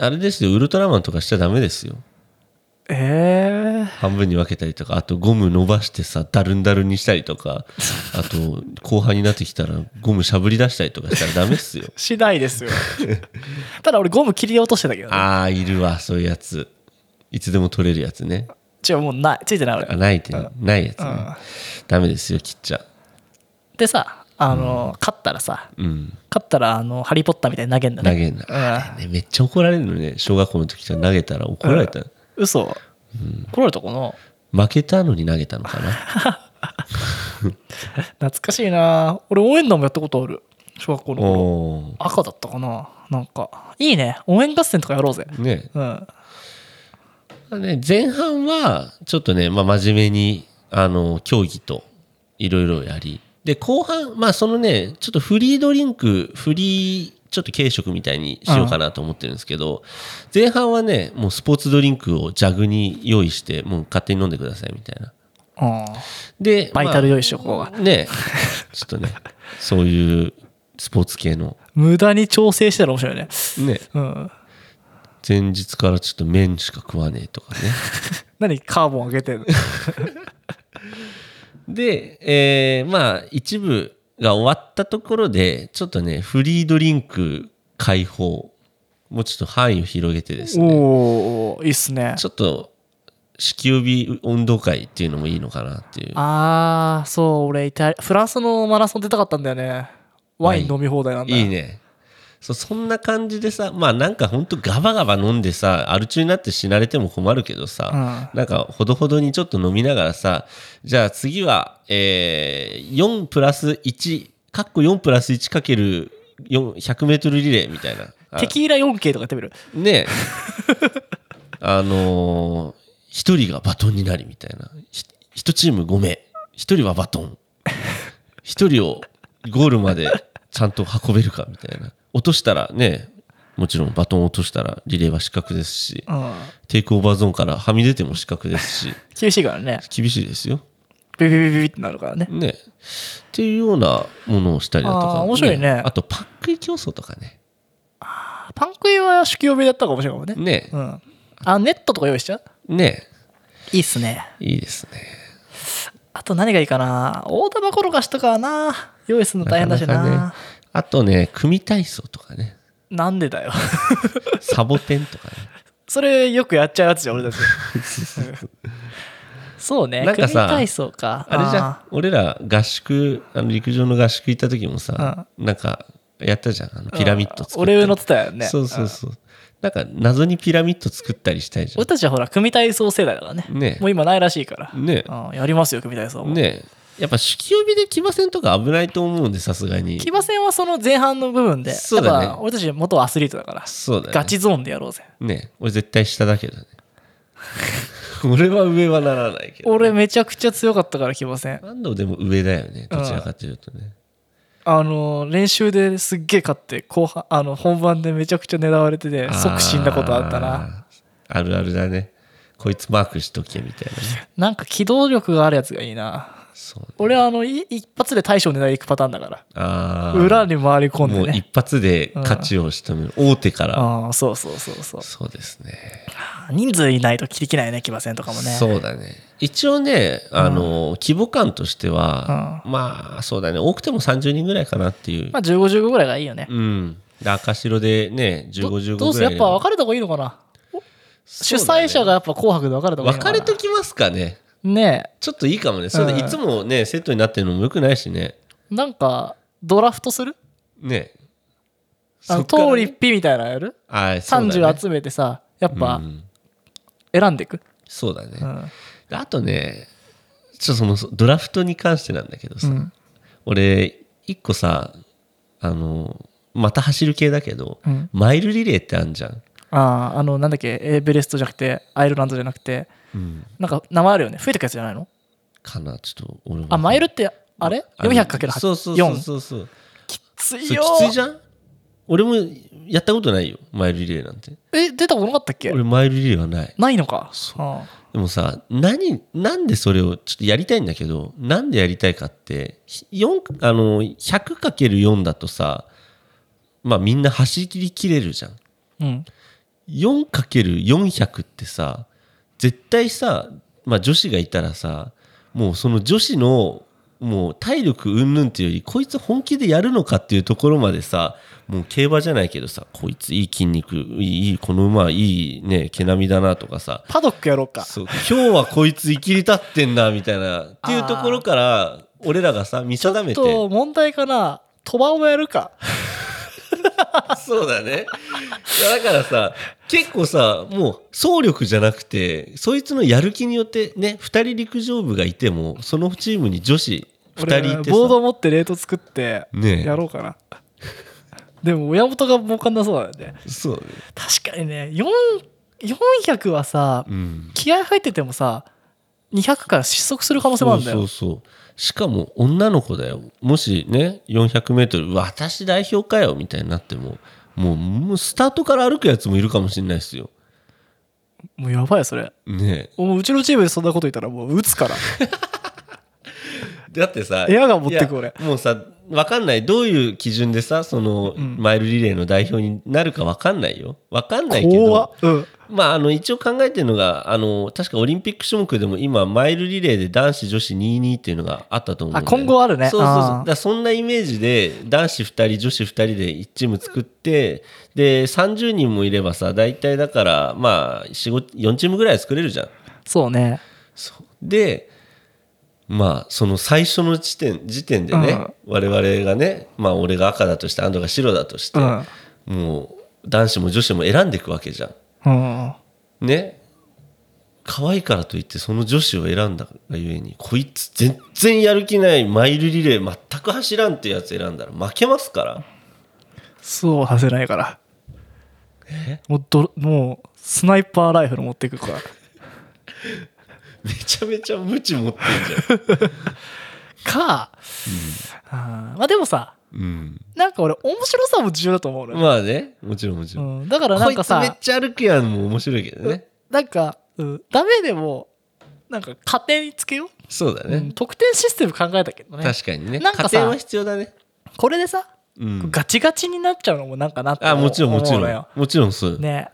A: あれですよウルトラマンとかしちゃダメですよ
B: え
A: 半分に分けたりとかあとゴム伸ばしてさダルンダルンにしたりと
B: <laughs>
A: かあと後半になってきたらゴムしゃぶり出したりとかしたらダメっ
B: <laughs>
A: すよ
B: ー、次第
A: <laughs>
B: ですよただ俺ゴム切り落としてたけどね
A: ああいるわそういうやついつでも取れるやつね
B: 違うもうないついてない
A: あ
B: 俺
A: ないってないやつね、
B: うん
A: ダメですよ切っちゃ
B: でさあの、勝ったらさ
A: うん
B: 勝ったらあのハリー・ポッターみたいに投げんだね
A: 投げんな、
B: う
A: ねめっちゃ怒られるのね小学校の時から投げたら怒られた、
B: ん嘘、怒られたかな <laughs>
A: 負けたのに投げたのかな
B: 懐かしいな俺応援団もやったことある小学校の頃
A: お
B: 赤だったかななんかいいね応援合戦とかやろうぜ
A: ーね
B: うん
A: ね前半はちょっとね、まあ、真面目にあの競技といろいろやりで後半まあそのねちょっとフリードリンクフリーちょっと軽食みたいにしようかなと思ってるんですけど、前半はねもうスポーツドリンクをジャグに用意してもう勝手に飲んでくださいみたいな
B: うん
A: で
B: バイタル用意しとこうが
A: まあ <laughs> ねちょっとねそういうスポーツ系の
B: 無駄に調整してたら面白いね
A: ね
B: うん
A: 前日からちょっと麺しか食わねえとかね
B: 何カーボン上げてんの
A: <laughs> で、えーまあ一部が終わったところでちょっとねフリードリンク解放もうちょっと範囲を広げてですね
B: おおいいっすね
A: ちょっと支給日運動会っていうのもいいのかなっていう
B: ああそう俺イタリフランスのマラソン出たかったんだよねワイン飲み放題なんだよ
A: いいねそそんな感じでさまあなんかほんとガバガバ飲んでさアル中になって死なれても困るけどさ、
B: うん
A: なんかほどほどにちょっと飲みながらさじゃあ次は、えー4プラス1かっこ4プラス1かける4 100メートルリレーみたいなあ
B: テキーラ 4K とかやってみる
A: ねえあのー一人がバトンになりみたいなひ一チーム5名一人はバトン一人をゴールまでちゃんと運べるかみたいな落としたらねもちろんバトン落としたらリレーは失格ですし
B: うん
A: テイクオーバーゾーンからはみ出ても失格ですし
B: 厳しいからね
A: 厳しいですよ。
B: ビビビビビってなるからね
A: ね。っていうようなものをしたりだとか、
B: あー面白いね
A: あとパックイ競争とかね。
B: パンクイは酒気帯びだったかもしれないもんね
A: ね
B: う、んあネットとか用意しちゃう
A: ね
B: いいっすね
A: いいですね。
B: あと何がいいかな大玉転がしとかはな用意するの大変だしな
A: かかね。あとね、組体操とかね。
B: なんでだよ <laughs>
A: サボテンとか
B: それよくやっちゃうやつじゃん
A: <laughs>
B: 俺たちそうね
A: なんか
B: 組
A: さ
B: 体操か
A: あれじゃん。俺ら合宿、あの陸上の合宿行った時もさ、なんかやったじゃん。あの
B: あー
A: ピラミッド作ったり。
B: 俺上乗ってたよね
A: そうそううんそう。なんか謎にピラミッド作ったりしたいじゃ
B: 俺たちはほら組体操世代だからね
A: ね
B: もう今ないらしいから、
A: ん。ね
B: うん、やりますよ組体操も、
A: ねやっぱ酒気帯びで騎馬戦とか危ないと思うんで、さすがに。
B: 騎馬戦はその前半の部分で
A: そうだね
B: やっぱ俺たち元アスリートだから
A: そうだよね。
B: ガチゾーンでやろうぜ
A: ね俺絶対下だけどね <laughs> 俺は上はならないけど
B: 俺めちゃくちゃ強かったから騎馬戦
A: 何度でも上だよねどちらかというとね、
B: あの練習ですっげえ勝って後半あの本番でめちゃくちゃ狙われてて <laughs> 即死んだことあったな
A: あーあるあるだねこいつマークしとけみたいなね
B: なんか機動力があるやつがいいな
A: そう
B: 俺はあのい一発で大将狙い行くパターンだか
A: あ
B: ら
A: ー
B: 裏に回り込ん
A: も
B: で
A: う
B: ね
A: 一発で勝ちを仕留める、大手から
B: ああそうそうそうそう
A: そうですね
B: 人数いないとできないね騎馬戦とかもね
A: そうだね一応ねあの、規模感としては、
B: う
A: まあそうだね多くても30人ぐらいかなっていう、
B: まあ1515ぐらいがいいよね
A: うんで赤白でね1515
B: ど
A: ぐらい
B: どうするやっぱ別れた方がいいのかな、主催者がやっぱ紅白で別れた方がいいのか
A: 別れ
B: な
A: ときますかね
B: ね
A: ちょっといいかもねそれ
B: うん
A: でいつもねセットになってるのもよくないしね
B: えなんかドラフトする
A: ね
B: あ
A: そ
B: の
A: っから
B: 通りっぴみたいなのやる、
A: あそうだね
B: 30集めてさやっぱ
A: うん
B: 選んでいく、
A: そうだね
B: うん
A: あとねちょっとそのドラフトに関してなんだけど
B: う
A: さ、
B: ん
A: 俺一個さあのまた走る系だけど、
B: うん
A: マイルリレーってあんじゃん、
B: あああのなんだっけエベレストじゃなくてアイルランドじゃなくてなんか名前あるよね増えてくやつじゃないの
A: かなちょっと俺は
B: あマイルってあれ
A: の
B: ?400×8
A: そうそうそうそうそうそれ
B: 強
A: きついじゃん俺もやったことないよマイルリレーなんて
B: え出たことなかったっけ
A: 俺マイルリレーはない
B: ないのか
A: そう
B: ああ
A: でもさ何なんでそれをちょっとやりたいんだけどなんでやりたいかってひ四あの 100×4 だとさまあみんな走りきれるじゃん
B: うん、
A: 4×400 ってさ絶対さ、まあ、女子がいたらさもうその女子のもう体力云々っていうよりこいつ本気でやるのかっていうところまでさもう競馬じゃないけどさこいついい筋肉いいいいこの馬いいね毛並みだなとかさ
B: パドックやろうか
A: そう今日はこいつ生きり立ってんなみたいなっていうところから俺らがさ見定めて
B: と問題かな賭場もやるか
A: そうだね。いやだからさ、結構さ、もう、総力じゃなくて、そいつのやる気によって、ね、二人陸上部がいても、そのチームに女子二
B: 俺
A: 人いて
B: ボード
A: さ、
B: 持ってレート作って
A: ねえ
B: やろうかな、でも親元が儲かんなそうだよね
A: そうね。
B: 確かにね4 400はさ、
A: うん。
B: 気合入っててもさ200から失速する可能性もあるんだよ
A: そうそうそうしかも女の子だよもしね 400m 私代表かよみたいになってももうもうスタートから歩くやつもいるかもしれないですよ
B: もうやばいよそれ
A: ね
B: もううちのチームでそんなこと言ったらもう打つから
A: えだってさ
B: エアガン持ってく
A: いや
B: 俺
A: もうさ分かんないどういう基準でさその、
B: ん
A: マイルリレーの代表になるか分かんないよ分かんないけ
B: 怖っ
A: ど
B: うん
A: まああの一応考えてるのがあの確かオリンピック種目でも今マイルリレーで男子女子22っていうのがあったと思うんだよ
B: あ今後あるね
A: そうそうそう
B: あー
A: だからそんなイメージで男子2人女子2人で1チーム作ってで30人もいればさ大体だからまあ4チームぐらい作れるじゃん
B: そうね
A: そうでまあその最初の時点時点でね、我々がねまあ俺が赤だとして安藤が白だとして、
B: うん
A: もう男子も女子も選んでいくわけじゃ
B: うん
A: んね可愛いからといってその女子を選んだがゆえにこいつ全然やる気ないマイルリレー全く走らんっていうやつ選んだら負けますから
B: そうさせないからもうどもうスナイパーライフル持って
A: <laughs>
B: くから
A: めちゃめちゃ無知持ってん
B: <laughs> か、あーまあでもさ
A: じゃん、うん、
B: なんか俺面白さも重要だと思うのよ、
A: まあねもちろんもちろん、
B: うん、だからなんかさ
A: こいつめっちゃ歩くやんも面白いけどね
B: なんか、うん、ダメでもなんか加点つけよ
A: そうだ
B: う、
A: ね、
B: うん、得点システム考えたけどね
A: 確かにね
B: なんかさ
A: 加点は必要だね、
B: これでさ、
A: うん、
B: ガチガチになっちゃうのもなんかなって
A: あもちろんもちろ
B: 思うの
A: ん
B: よ
A: もちろんそう、
B: ね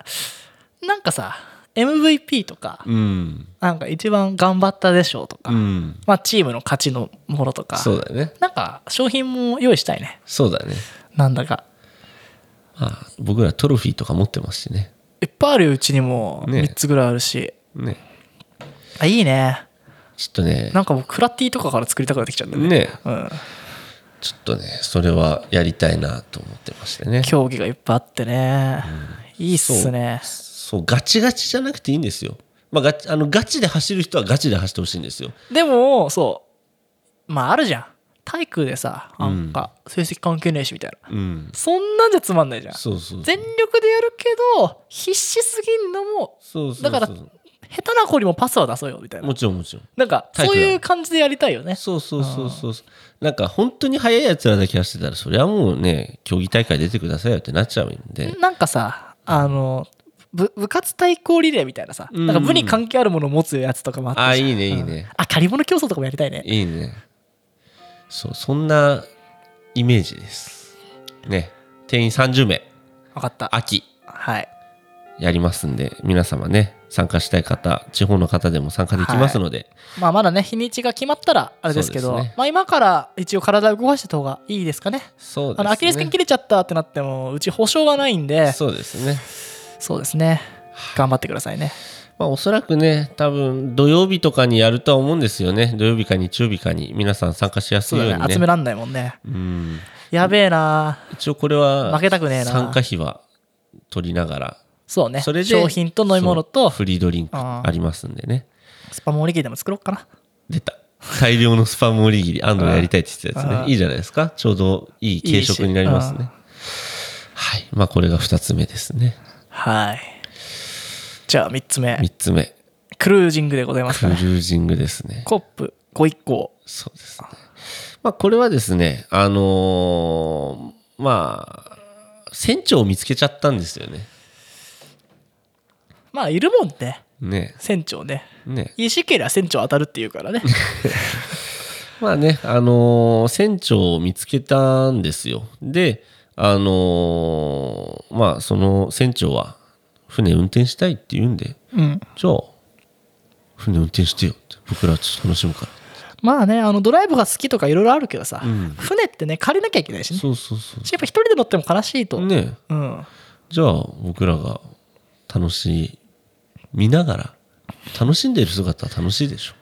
B: なんかさ MVP とか、
A: うん
B: なんか一番頑張ったでしょうとか、
A: うん
B: まあ、チームの勝ちのものとか
A: そうだね
B: なんか商品も用意したいね
A: そうだね
B: なんだか
A: まあ僕らトロフィーとか持ってますしね
B: いっぱいあるようちにも
A: ね
B: 3つぐらいあるし、
A: ね
B: あいいね
A: ちょっとね
B: なんかもうクラッティとかから作りたくなってきちゃったね
A: ね
B: うん、
A: ちょっとねそれはやりたいなと思ってましてね
B: 競技がいっぱいあってね、いいっすね
A: そうガチガチじゃなくていいんですよまあガチあのガチで走る人はガチで走ってほしいんですよ
B: でもそうまああるじゃん体育でさなんか成績関係ねえしみたいな、
A: うん
B: そんなんじゃつまんないじゃん
A: そうそう
B: 全力でやるけど必死すぎんのも
A: そうそうそう
B: だから下手な子にもパスは出そうよみたいな
A: もちろんもちろん
B: なんか
A: 体
B: そ
A: 育
B: う
A: だ
B: いう感じでやりたいよね
A: そうそうそうそうなんか本当に速いやつらだけ走ってたらそれはもうね競技大会出てくださいよってなっちゃうんで
B: なんかさあの部部活対抗リレーみたいなさ、
A: うん
B: なんか部に関係あるものを持つやつとかもあって
A: ああいいねいいね、
B: あ借り物競争とかもやりたいね
A: いいね。そう、そんなイメージです。ね。定員30名、
B: 分かった
A: 秋、
B: はい
A: やりますんで、皆様ね、参加したい方、地方の方でも参加できますので、
B: まあまだね日にちが決まったらあれですけ
A: そ
B: ど
A: うですね
B: まあ今から一応体を動かしてた方がいいですかね
A: そうですね。
B: あのアキレス腱切れちゃったってなってもうち保証はないんで
A: そうですね。
B: そうですね頑張ってくださいね
A: まあ、おそらくね、多分土曜日とかにやるとは思うんですよね。土曜日か日曜日かに、皆さん参加しやす
B: そ
A: いうようにね。
B: だね集めらんないもんね
A: うん
B: やべえな
A: 一応これは、
B: 負けたくねえな
A: 参加費は取りながら、
B: そうね
A: それで
B: 商品と飲み物
A: そう
B: と
A: フリードリンク
B: あ
A: あ
B: ー
A: りますんでね
B: スパムおにぎりでも作ろうかな
A: 出た大量のスパムおにぎり安藤がやりたいって言ってたや
B: あ
A: つ
B: あ
A: ねいいじゃないですかちょうどいい軽食になりますね
B: いいし
A: はいまあこれが2つ目ですね
B: はいじゃあ3つ目
A: 3つ目
B: クルージングでございます
A: クル
B: かね
A: ージングですね
B: コップご一個
A: そうですね。まあ、これはですね、あのーまあ、船長を見つけちゃったんですよね。
B: まあいるもんね
A: ね
B: 船長ね
A: ね
B: 石けりゃ船長当たるってい
A: <laughs>
B: うからね
A: まあね、あのー船長を見つけたんですよ。で、あのーまあ、その船長は、船運転したいって言うんで、
B: うん
A: じゃあ、船運転してよって、僕らはちょっと楽しむから。
B: まあねあのドライブが好きとかいろいろあるけどさ、
A: うん
B: 船ってね借りなきゃいけないしね
A: そうそうそ
B: やっぱ一人で乗っても悲しいと、
A: う。ね
B: うん
A: じゃあ僕らが楽しい見ながら楽しんでいる姿は楽しいでしょ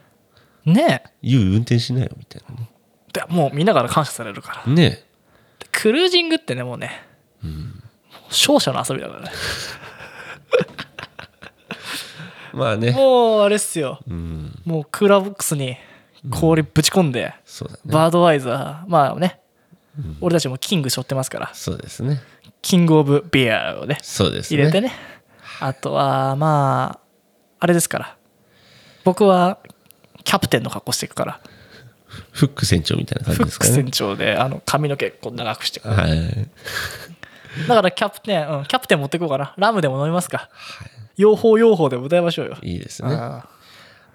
B: ねえ
A: 言う運転しなよみたいなね
B: でもう見ながら感謝されるから
A: ね
B: クルージングってねもうね、勝者の遊びだからね <laughs>
A: えまあね
B: もうあれっすよ
A: うん
B: もうクーラーボックスに氷ぶち込んで、
A: そうだね
B: バードワイザーまあね、俺たちもキング背負ってますから
A: そうですね
B: キングオブビアをね
A: そうです
B: 入
A: ね
B: れてねあとはまああれですから僕はキャプテンの格好していくから
A: フック船長みたいな感
B: フ
A: じです
B: ック
A: かね
B: 船長であの髪の毛こう長くしていく
A: はい
B: だからキャプテン、うん、キャプテン持ってこうかなラムでも飲みますか、養蜂養蜂でも歌いましょうよ
A: いいですねあ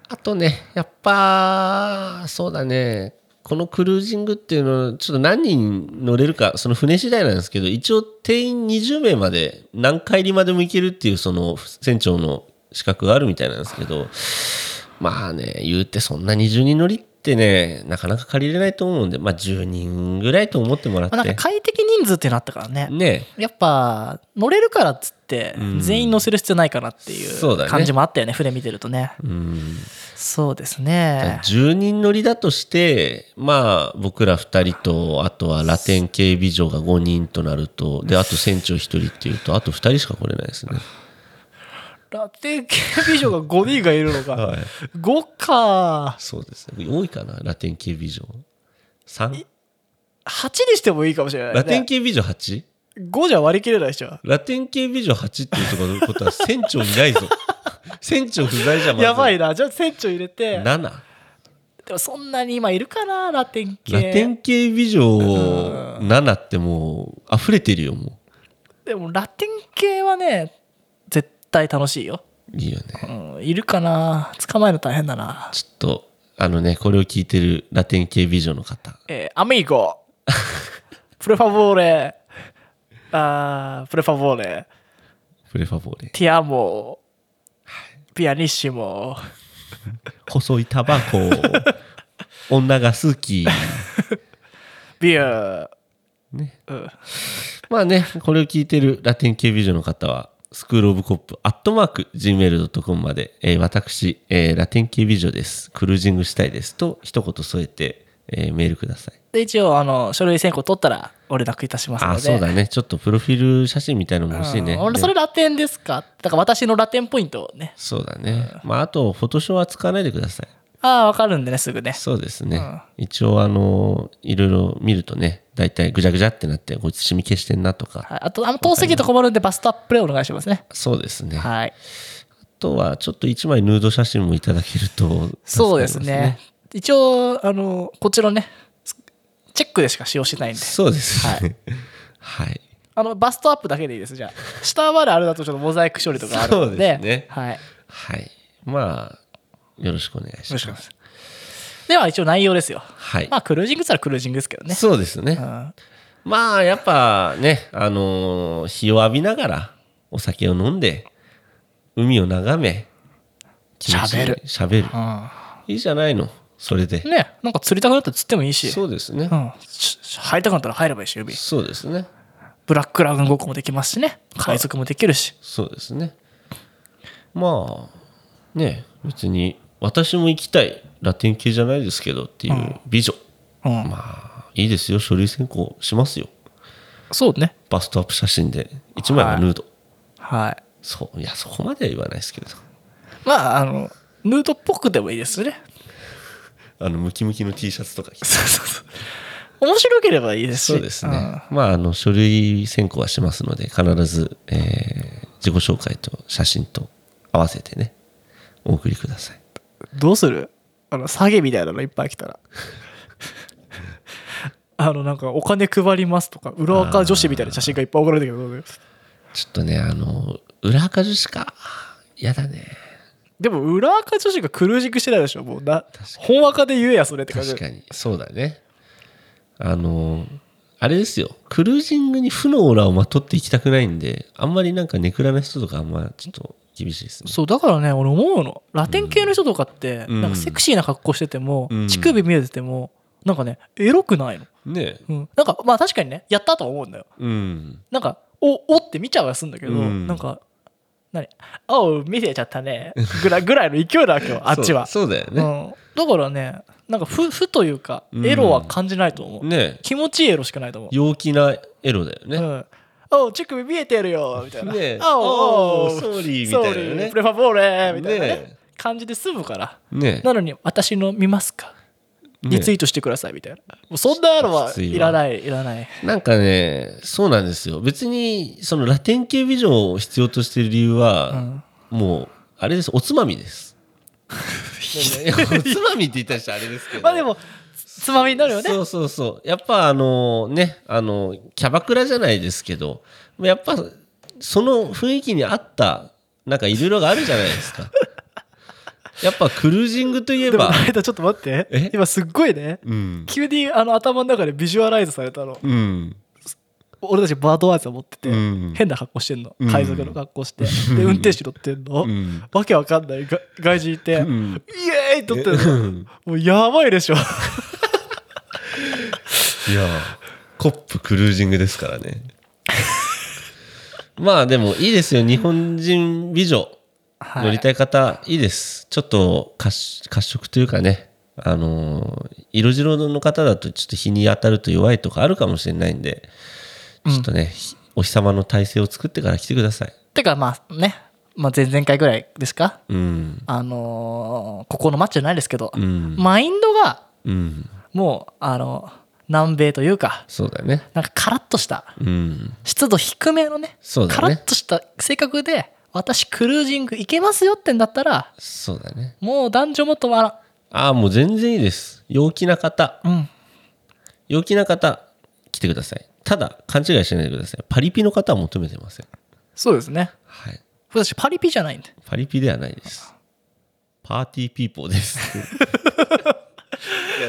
B: あ
A: とねやっぱそうだねこのクルージングっていうのちょっと何人乗れるかその船次第なんですけど一応定員20名まで何回りまでも行けるっていうその船長の資格があるみたいなんですけどまあね、言うてそんな20人乗りってね、なかなか借りれないと思うんで、まあ10人ぐらいと思ってもらっ
B: ーまあな
A: て
B: んか。快適人数ってなったからね
A: ね
B: やっぱ乗れるからっつって
A: うん
B: 全員乗せる必要ないかなってい
A: そうだ
B: う
A: ね
B: 感じもあったよね船見てるとね
A: うん、
B: そうですね
A: 10人乗りだとして、まあ僕ら2人と、あとはラテン警備嬢が5人となると、で、あと船長1人っていうと、あと2人しか来れないですね。
B: ラテン警備所が5人がいるの <laughs> か、
A: はい
B: 5か
A: そうですね。多いかな、ラテン警備嬢。3?
B: 8にしてもいいかもしれない、ね、
A: ラテン警備嬢 8?
B: 5じゃ割り切れないでしょ
A: ラテン警備嬢8っていうとことは船長いないぞ。
B: <laughs>
A: 船長不在じゃまず
B: やばいなじゃあ船長入れて
A: 7?
B: でもそんなに今いるかなラテン系
A: ラテン系美女7ってもう溢れてるよも
B: でもラテン系はね絶対楽しいよ、
A: ういいよ
B: う
A: ね
B: ん、いるかな捕まえるの大変だな
A: ちょっとあのねこれを聞いてるラテン系美女の方
B: えーアミーゴ <laughs> プレファボーレあープレファボーレ
A: プレファボーレ
B: ティアモピアニッシモ
A: 細いタバコ女が好
B: <laughs>
A: き
B: ビュー、
A: ね
B: うん、
A: まあねこれを聞いてるラテン系美女の方はスクールオブコップアットマーク Gmail.com まで、えー私、えーラテン系美女ですクルージングしたいですと一言添えて、えーメールください
B: で一応あの書類選考取ったらお連絡いたしますので
A: あそうだねちょっとプロフィール写真みたいのも欲しいね
B: うん俺それラテンですかだから私のラテンポイントをね
A: そうだね。まあ、あと、フォトショーは使わないでください。
B: ああ分かるんでねすぐね
A: そうですね。
B: うん
A: 一応、あの、いろいろ見るとね、だいたいぐちゃぐちゃってなって、こいつ染み消してんなとか。
B: はいあとあの透析と困るんでバストアップでお願いしますね
A: そうですね。あ
B: はい
A: とは、ちょっと一枚ヌード写真もいただけると、
B: そうですね。一応あのこっちのねチェックでしか使用してないんで
A: そうですね。はい。
B: あのバストアップだけでいいですじゃ
A: <laughs>
B: あ下まであれだとちょっとモザイク処理とかあるので
A: そうですね
B: はい、よ
A: はい。まあ、よろしくお願いし
B: ろ
A: ます。
B: しくお願いしますでは一応内容ですよ
A: はい
B: ま。あクルージングっつったらクルージングですけどね
A: そうですね
B: う。ん
A: まあ、やっぱね、あのー日を浴びながら、お酒を飲んで、海を眺め、気持ちいい
B: 喋る
A: 喋る。
B: うん
A: いいじゃないの、それで。
B: ねなんか釣りたくなったら釣ってもいいし
A: そうですね
B: う。ん、しし入りたくなったら入ればいいし指
A: そうですね。
B: ブラックラグンごっこもできますしね海賊もできるし
A: そうですね。まあ、ね、別に、私も行きたい、ラテン系じゃないですけどっていう美女。
B: うん、
A: まあ、いいですよ、書類選考しますよ。
B: そうね
A: バストアップ写真で、1枚はヌード。
B: はい
A: そう、いや、そこまでは言わないですけど。
B: まああのヌードっぽくでもいいですね。
A: あのムキムキの T シャツとか着て
B: そうそうそう。面白ければいいですし。
A: そうですね、まああの書類選考はしますので必ず、えー自己紹介と写真と合わせてねお送りください
B: うん。どうするあの、詐欺みたいなのいっぱい
A: <laughs>
B: 来たら。あの、なんか、お金配りますとか、裏垢女子みたいな写真がいっぱい送られてくるけどどうです
A: ちょっとねあの裏垢女子かやだね
B: でも、裏垢女子がクルージングしてないでしょ。もうな
A: かに、
B: 本垢で言えや、それって感じ
A: 確。かにそうだねあのあれですよクルージングに負のオーラをまとっていきたくないんであんまりなんかネクラな人とかあんまちょっと厳しいですね
B: そうだからね俺思うのラテン系の人とかって、
A: うん
B: なんかセクシーな格好してても、
A: うん
B: 乳首見えててもなんかねエロくないの、
A: ね
B: うん、なんかまあ確かにねやったとは思うんだよ
A: うん
B: なんかおおって見ちゃうはするんだけど、
A: うん
B: なんか何おう見せちゃったねぐらい <laughs> ぐらいの勢いなわけよあっちは
A: そうそうだよ
B: う、
A: ね、
B: ん、だからねなんか負負というか
A: うん
B: エロは感じないと思う、
A: ね
B: 気持ちいいエロしかないと思う、
A: 陽気なエロだよね、
B: うん、おう乳首見えてるよみたいな、
A: ね
B: <laughs> あおう
A: お
B: お
A: う
B: う
A: ソーリーみ
B: ソ
A: た
B: ー
A: いな
B: リー
A: ね
B: プレファボーレみたいなね
A: ね
B: 感じで済むから
A: ね
B: なのに私の見ますかリツイートしてくださいみたいなもうそんなのは
A: きついわ
B: いらないいらない
A: なんかねそうなんですよ別にそのラテン系ビジョンを必要としてる理由は、もうあれですおつまみですいやおつまみって言ったりしたらあれですけど
B: まあでもつまみになるよね
A: そうそうそうやっぱあのねあのキャバクラじゃないですけどやっぱその雰囲気に合ったなんかいろいろがあるじゃないです
B: <laughs>
A: かやっぱクルージングといえ
B: でも
A: ば
B: ライダーちょっと待って
A: え
B: 今すっごいね
A: うん
B: 急にあの頭の中でビジュアライズされたの
A: うん
B: 俺たちバードアイズを持ってて
A: うん
B: 変な格好してんの
A: うん
B: 海賊の格好してで運転手乗ってんの
A: うん
B: わけわかんないが外人いてイエ
A: ん
B: ーイ撮ってんの
A: うん
B: もうやばいでしょ
A: いやコップクルージングですから
B: <laughs>
A: ねまあでもいいですよ日本人美女乗りたい方、い、いですちょっと褐褐色というかねあのー色白の方だとちょっと日に当たると弱いとかあるかもしれないんでちょっとね、ひお日様の体勢を作ってから来てください
B: てかまあねまあ前々回ぐらいですか
A: うん
B: あのーここのマッチじゃないですけど、
A: うん
B: マインドが
A: うん
B: もう、あの南米というか
A: そうだよね
B: なんかカラッとした
A: うん
B: 湿度低めのね
A: そうだね
B: カラッとした性格で私クルージング行けますよってんだったら
A: そうだね
B: もう男女もとは
A: ああもう全然いいです陽気な方
B: うん
A: 陽気な方来てくださいただ勘違いしないでくださいパリピの方は求めてません
B: そうですね
A: はい
B: 私パリピじゃないんで
A: パリピではないですパーティーピーポーです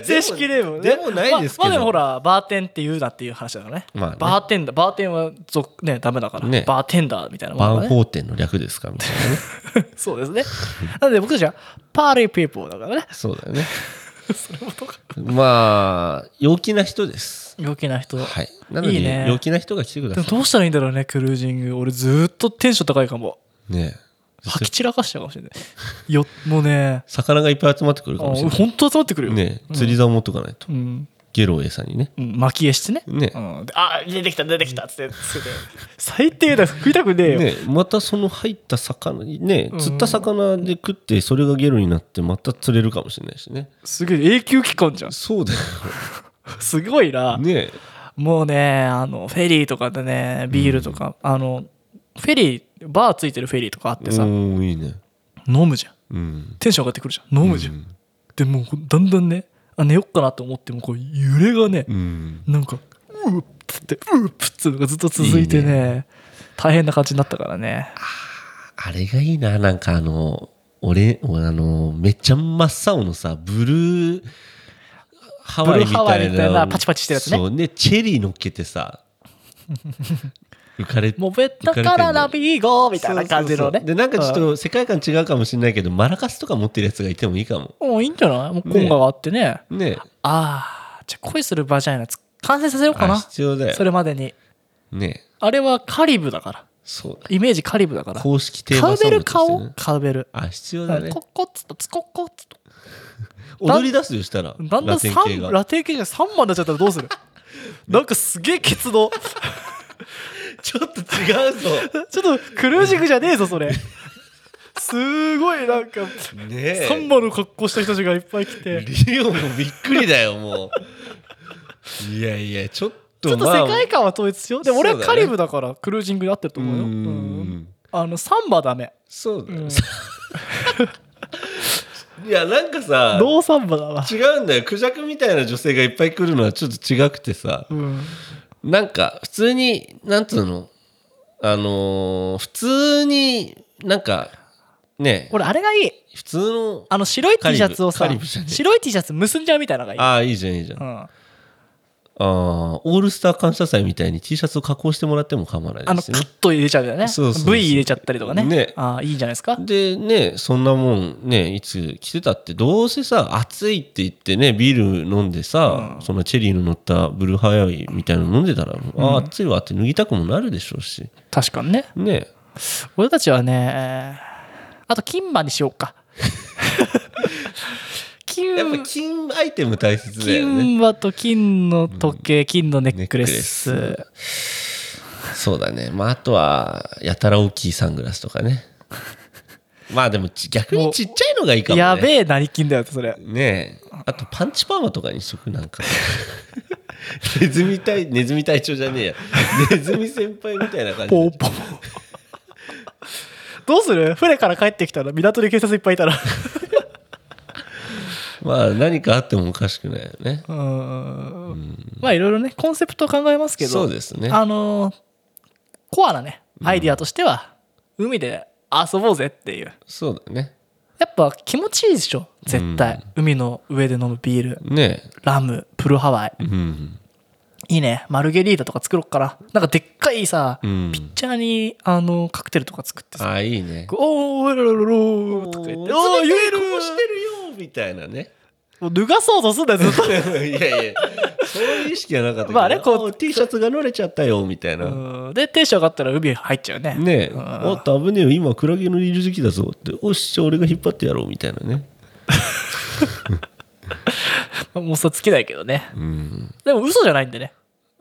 B: 正式
A: で
B: 例
A: も
B: も
A: でもないですけど
B: まあ、まあでもほらバーテンって言うなっていう話だからね,、
A: まあね
B: バーテンダーバーテンは俗ねダメだから、
A: ね
B: バーテンダーみたいなもん
A: バ
B: だ
A: ン
B: ね
A: コーテンの略ですかみたいなね
B: そうですねなので僕たちはパーリーピーポーだからね
A: <laughs> そうだよね
B: それもどうか
A: まあ陽気な人です
B: 陽気な人
A: はいなので
B: いいね
A: 陽気な人が来てくださ
B: でもどうしたらいいんだろうねクルージング俺ずーっとテンション高いかも
A: いね
B: 吐き散らかしちゃうかもしれないよもうね
A: 魚がいっぱい集まってくるか
B: あ
A: もしれな
B: 本当集まってくる
A: い
B: よ、
A: ね釣り竿持っとかないと
B: うん
A: ゲロを餌にね
B: うん、巻き絵してね
A: ね
B: うん、であ出てきた出てきたっつってつって最低だ食いたくねえよ、
A: ね、またその入った魚にね釣った魚で食ってそれがゲロになってまた釣れるかもしれないしね
B: すげえ永久期間じゃん
A: そうだよ
B: すごいな、
A: ね
B: もうねあのフェリーとかでねビールとか、あのフェリーバーついてるフェリーとかあってさ、
A: おーいいね
B: 飲むじゃん
A: うん
B: テンション上がってくるじゃん飲むじゃん、
A: うん
B: でもうだんだんねあ寝よっかなと思ってもこう揺れがね、
A: うん
B: なんか、うーっつって、うーっつってのがずっと続いてね、
A: いい
B: 大変な感じになったからね。
A: あれがいいななんかあの俺俺あのめっちゃ真っ青のさブルーハワイみ
B: ブルーハワ
A: た
B: イ
A: い
B: みた
A: ない
B: なパチパチしてるやつね
A: そうねチェリー乗っけてさ浮かれて
B: もうベッドからラビーゴーみたいな感じ
A: そうそ
B: のね。
A: うそうでなんかちょっと世界観違うかもしれないけどマラカスとか持ってるやつがいてもいいかも
B: うん。もういいんじゃないもう今後があってね。
A: ね
B: ああ、じゃあ恋する場じゃないな。つ完成させようか
A: あ
B: な。
A: 必要だよ
B: それまでに。
A: ね
B: あれはカリブだから。
A: そうだ
B: イメージカリブだから。
A: 公式テー
B: カ
A: マ
B: ウ
A: ソン
B: ベ
A: グ
B: ル
A: として
B: 顔
A: ね
B: カウベル。
A: あ必要
B: コ
A: だね
B: ッコッつとつこっこっつと。
A: 踊り出すよしたら
B: だんだん
A: ラテン系
B: 3、
A: が
B: ラテン系が3番になっちゃったらどうす
A: <laughs>
B: るなんかすげえケツ <laughs> の。
A: ちょっと違うぞ
B: <laughs>
A: <laughs>
B: ちょっとクルージングじゃねえぞそれすごいなんか、
A: ね
B: サンバの格好した人たちがいっぱい来て、
A: リオもびっくりだよもういやいやちょっと
B: ちょっと世界観は統一しよう。で、俺
A: そ
B: は
A: うだ
B: カ
A: ね
B: リブだからクルージングで合ってると思うよ。
A: うーん
B: うんあの、サンバダメ。
A: そうだ
B: う
A: よ
B: ん
A: いやなんかさ
B: ノーサンバだわ。
A: 違うんだよクジャクみたいな女性がいっぱい来るのはちょっと違くてさ
B: うん。
A: なんか普通になんつうのあのー普通になんかね
B: 俺、あれがいい。
A: 普通の
B: あの、白い T シャツを
A: カ
B: さ
A: リブカリブじゃね、え
B: 白い T シャツ結んじゃうみたいなのがいい。
A: ああいいじゃんいいじゃん
B: う
A: あ
B: ん
A: あーオールスター感謝祭みたいに T シャツを加工してもらっても構わない
B: あ
A: で
B: の、カ
A: すよね
B: ット入れちゃうよね。
A: そうそうそう
B: V 入れちゃったりとかね。
A: ね
B: ああ、いいんじゃないですか。
A: でねそんなもんねいつ来てたってどうせさ暑いって言ってねビール飲んでさ、そのチェリーの乗ったブルーハワイみたいなの飲んでたら、あー暑いわって脱ぎたくもなるでしょうし
B: 確かにね。
A: ね
B: 俺たちはね、あと、金馬にしよう
A: <laughs>
B: か。金
A: やっぱ金アイテム大切だよね
B: 金馬と金の時計、金のネックレス。
A: ネックそうだねまああとはやたら大きいサングラスとか <laughs> ねまあでもち逆にちっちゃいのがいいかもね
B: やべえ、何金だよ、それ。
A: ねえあとパンチパーマとかにしとく <laughs> なんかネズミ隊ネズミ隊長じゃねえやネズミ先輩みたいな感じ
B: ポーポー。 <laughs> どうする船から帰ってきたら港に警察いっぱいいたら
A: まあ何かあってもおかしくないよね
B: うーんまあいろいろねコンセプトを考えますけど
A: そうですね
B: あのーコアなねアイディアとしては、海で遊ぼうぜっていう
A: そうだね
B: やっぱ気持ちいいでしょ絶対、海の上で飲むビール
A: ね
B: ラムプルハワイ
A: えうん
B: いいねマルゲリータとか作ろっかななんかでっかいさ、
A: う
B: ピ
A: ん
B: ッチャーにあのカクテルとか作ってさ
A: ああいいね
B: 「おおーロロロロー」とか言って「おおー言える
A: こうしてるよみたいな <laughs> ね
B: もう脱がそうとすんだよずっと
A: いやいやそういう意識はなかったけど
B: まあねこう
A: お T シャツが濡れちゃったよみたいな、
B: <laughs> うんでテンション上がったら海入っちゃうね
A: ねえ
B: うん
A: おっと危ねえよ今クラゲのいる時期だぞっておっしゃ俺が引っ張ってやろうみたいなね
B: <laughs> もうそれ尽きないけどね
A: うん
B: でも嘘じゃないんでね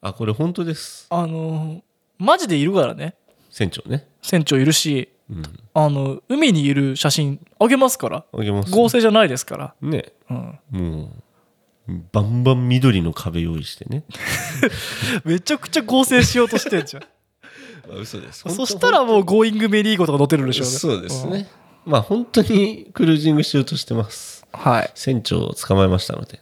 A: あこれ本当です
B: あのーマジでいるからね
A: 船長ね
B: 船長いるし
A: うん
B: あの海にいる写真あげますから
A: あげます
B: 合成じゃないですから、
A: ね
B: うん、
A: もうバンバン緑の壁用意してね
B: めちゃくちゃ合成しようとしてんじゃん
A: <laughs> あ嘘です
B: <laughs> そしたらもう「ゴーイングメリーゴ」とか載ってるでしょ
A: そうですねまあ本当にクルージングしようとしてます
B: うんはい
A: 船長を捕まえましたので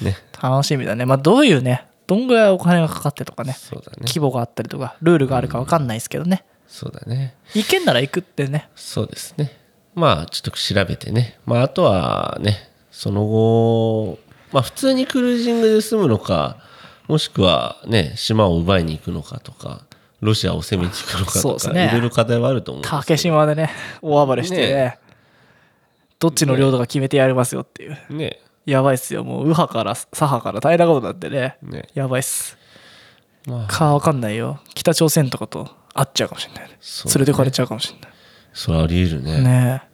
A: ね
B: 楽しみだねまあどういうねどんぐらいお金がかかってとかね
A: そうだね
B: 規模があったりとかルールがあるか分かんないですけどね
A: そうだね
B: 行けんなら行くってね
A: そうですねまあちょっと調べてねまああとはねその後まあ普通にクルージングで済むのかもしくはね島を奪いに行くのかとかロシアを攻めに行くのか
B: そう
A: と
B: です
A: か、
B: ね
A: いろいろ課題はあると思うんですけど
B: 竹島
A: <laughs>
B: でね大暴れしてね
A: ね
B: どっちの領土が決めてやりますよっていう
A: ね
B: やばいっすよもう右派から左派から大変なことになってね
A: ね
B: やばいっす
A: まあ
B: かわかんないよ北朝鮮とかと会っちゃうかもしれないね
A: そうね
B: 連れてかれちゃうかもしれ
A: それありえるね
B: ないねえ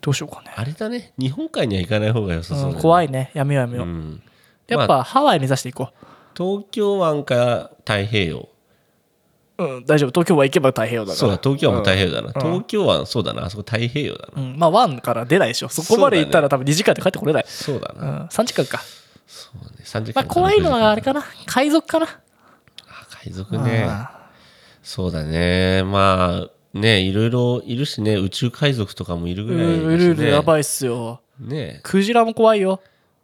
B: どうしようかね
A: あれだね日本海には行かない方が良さそう、
B: うん怖
A: い、
B: いねやめようやめよ
A: う
B: う、
A: ん、
B: やっ
A: まあ
B: ぱハワイ目指していこ
A: 東京湾か太平洋
B: ううん大丈夫東京湾行けば太平洋だから
A: そうだ東京湾も太平洋だな、
B: うん
A: 東京湾そうだなあそこ太平洋だな、
B: うん、まあ湾から出ないでしょそこまで行ったら多分2時間で帰ってこれない
A: そうだな、
B: うん、3時間か
A: そうね3時
B: ま
A: 間
B: あ怖いのはあれかな海賊かな
A: あ海賊ねそうだねまあねいろいろいるしね宇宙海賊とかもいる
B: う
A: ぐらいだし
B: ん
A: ね
B: うるうるやばいっすよ
A: ね
B: クジラも怖いよ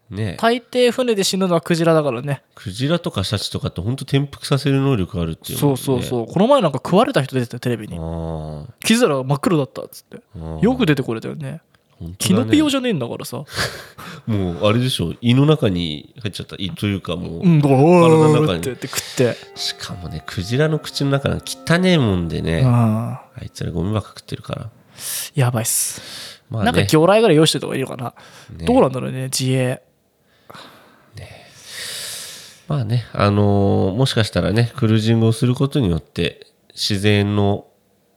A: ね
B: 大抵船で死ぬのはクジラだからね
A: クジラとかシャチとかって本当転覆させる能力あるっていう、
B: そうそう
A: う
B: そうこの前なんか食われた人出てたよテレビに
A: あ
B: 気づいたら真っ黒だったっつって
A: ー
B: よく出てこれたよね
A: 本当
B: キ
A: だね
B: ノピオじゃねえんだからさ
A: もうあれでしょ胃の中に入っちゃった胃というかもう、
B: うんだからお
A: 体の中
B: ー
A: に
B: ってやって食って
A: しかもねクジラの口の中なんか汚ねえもんでね、
B: うん
A: あいつらゴミばっか食ってるから
B: やばいっす
A: まあね
B: なんか魚雷ぐらい用意してた方がいいのかな
A: ね
B: どうなんだろうね自衛
A: まあねあのーもしかしたらねクルージングをすることによって自然の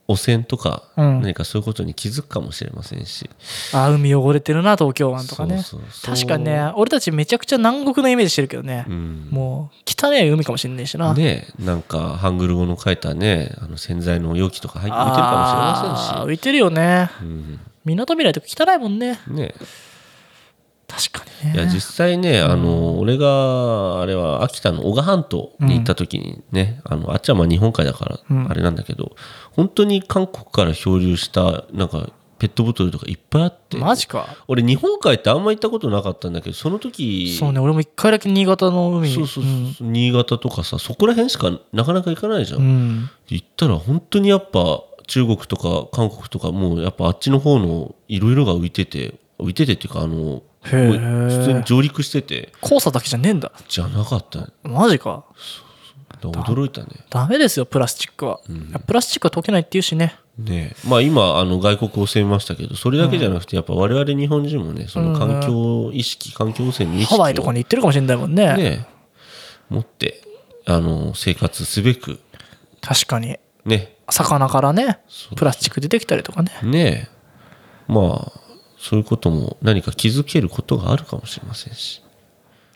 A: 汚染とか、
B: うん
A: 何かそういうことに気づくかもしれませんし、
B: あ海汚れてるな東京湾とかね
A: そうそうそう
B: 確かにね俺たちめちゃくちゃ南国のイメージしてるけどね、
A: うん、
B: もう汚い海かもしんないしな、
A: ねなんかハングル語の書いたねあの洗剤の容器とか入って浮いてるかもしれ
B: あ
A: ま
B: ー浮いてるよね
A: せんし、
B: 港未来とか汚いもんね
A: うん、ね
B: 確かにね
A: いや実際ね、あの俺があれは秋田の男鹿半島に行った時にね、あのあっちはまあ日本海だから
B: うん
A: あれなんだけど、本当に韓国から漂流したなんかペットボトルとかいっぱいあって
B: マジか
A: 俺日本海ってあんま行ったことなかったんだけどその時
B: そうね俺も一回だけ新潟の海
A: そうそうそう新潟とかさそこら辺しかなかなか行かないじゃん、
B: うん、うん
A: 行ったら本当にやっぱ中国とか韓国とかもうやっぱあっちの方のいろいろが浮いてて浮いててっていうかあの
B: へ
A: もう普通に
B: え
A: 上陸してて
B: 黄砂だけじゃねえんだ
A: じゃなかっただか
B: マジから
A: 驚いたね
B: ダメですよプラスチックは、プラスチックは溶けないっていうしね
A: ねえまあ今あの外国を攻めましたけどそれだけじゃなくてやっぱ我々日本人もねその環境意識環境汚染の意識
B: ハ
A: を
B: ワイとかに行ってるかもしれないもんね
A: ね持ってあの生活すべく
B: 確かに
A: ね
B: 魚からね
A: そう
B: プラスチック出てきたりとかね
A: ねえまあそういうことも何か気づけることがあるかもしれませんし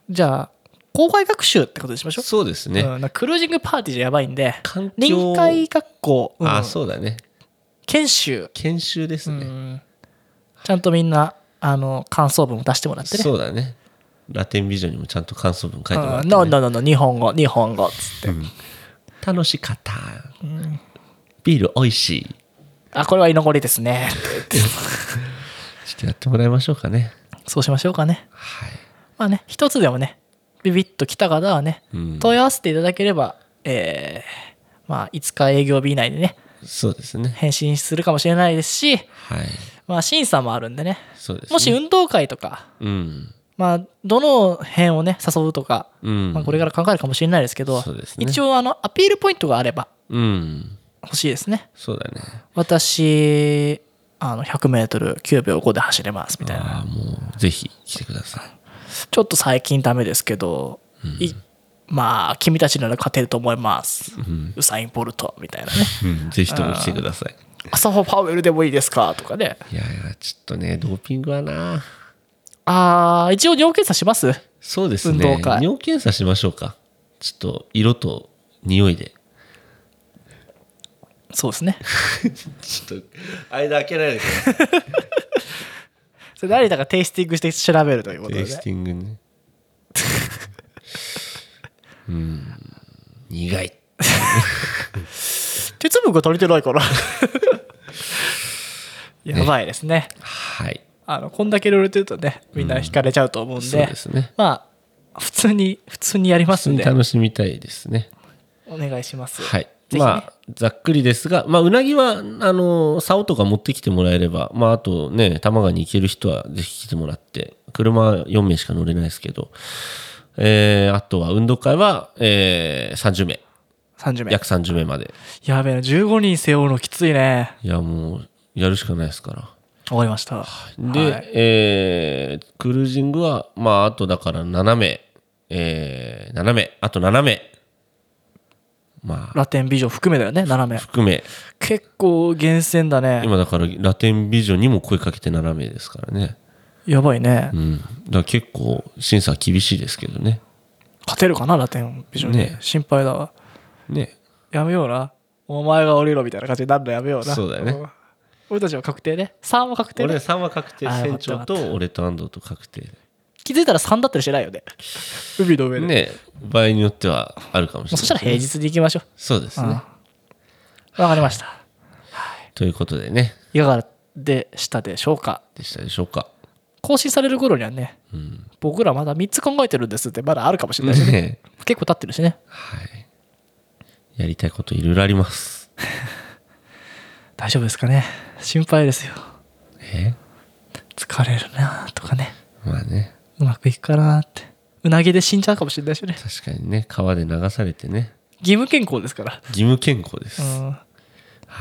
B: じゃあ公開学習ってことにしましょう
A: そうですね、
B: うんなんかクルージングパーティーじゃやばいんで
A: 環境
B: 臨海学校、うん
A: あそうだね
B: 研修、
A: 研修です
B: う
A: ね、
B: んちゃんとみんなあの感想文を出してもらってね
A: そうだねラテンビジョンにもちゃんと感想文書いてもらっ
B: う
A: て、
B: ん
A: ね
B: ノンノンノンノン日本語日本語っつって、
A: 楽しかった、ビールおいしいちょ
B: あこれは居残りですね
A: っとやってもらいましょうかね
B: そうしましょうかね
A: はい、
B: まあね一つでもねビビッと来た方はね
A: うん、
B: 問い合わせていただければ、えーまあ5日営業日以内でね
A: そうですね
B: 返信するかもしれないですし
A: はい
B: まあ審査もあるんでね
A: そうですね
B: もし運動会とか
A: うん
B: まあどの辺をね誘うとか、
A: うん
B: まあ、これから考えるかもしれないですけど、
A: そうですね
B: 一応あのアピールポイントがあれば
A: うん
B: 欲しいですね
A: そうだね
B: 私あの 100m9 秒5で走れますみたいな
A: ああもうぜひ来てください
B: ちょっと最近ダメですけど、いまあ君たちなら勝てると思います、ウサイン・ボルトみたいなね <laughs>
A: うん、 <laughs> ぜひとも来てください。
B: アサファ・パウエルでもいいですかとかね
A: いやいや、ちょっとね、ドーピングはな。
B: あー一応尿検査します
A: そうです
B: 運
A: ね。
B: 動会
A: 尿検査しましょうか。ちょっと、色と匂いで。
B: そうですね
A: ちょっと、間開けないでください。
B: それ誰だかテイスティングして調べるということ
A: テ
B: で
A: イスティング <laughs> ね。うん、苦い。
B: 鉄分が足りてな
A: <laughs>
B: いからやばいですね
A: はい。
B: あのこんだけいろいろ言ってるとねみんな惹かれちゃうと思うん
A: そう
B: で,、
A: ですね。
B: まあ普通に普通にやりま
A: 普
B: す
A: 通
B: ん
A: に
B: で
A: 楽しみたいですね。
B: お願いします
A: はい。
B: ぜひね
A: まあ、ざっくりですが、まあ、うなぎは、あの、竿とか持ってきてもらえれば、まあ、あとね、玉川に行ける人はぜひ来てもらって、車は4名しか乗れないですけど、えー、あとは運動会は、えー、30名、
B: 30名
A: 約30名まで。
B: やべえな15人背負うのきついね
A: いや、もう、やるしかないですから。
B: わかりました
A: で、
B: はい
A: えークルージングは、まあ、あとだから7名、えー、7名、あと7名、まあ、
B: ラテンビジョン含めだよね斜め
A: 含め、
B: 結構厳選だね
A: <laughs> 今だからラテンビジョンにも声かけて7名ですからね、
B: やばいね、
A: うん、だから結構審査厳しいですけどね
B: 勝てるかなラテンビジョンに、
A: ね
B: 心配だわ
A: ね
B: やめようなお前が降りろみたいな感じになるのやめような
A: そうだよね
B: ん俺たちは確定ね3も確定
A: 俺
B: ね
A: 3は確定
B: あー
A: 船長
B: よかったよ
A: と俺と安藤と確定
B: 気づいたら3だったりしてないよね海の上で、
A: ね場合によってはあるかもしれない
B: もうそしたら平日で行きましょう
A: そうですね
B: わかりました。
A: ということでね
B: いかがでしたでしょうか
A: でしたでしょうか
B: 更新される頃にはね、僕らまだ3つ考えてるんですってまだあるかもしれないしね。
A: <laughs> ね
B: 結構経ってるしね。
A: はいやりたいこといろいろあります
B: 大丈夫ですかね。心配ですよ。
A: え
B: 疲れるなとかね。
A: まあね
B: うまくいくかなって。うなぎで死んじゃうかもしれないしね。
A: 確かにね川で流されてね
B: 義務健康ですから。
A: 義務健康です、
B: うん。
A: は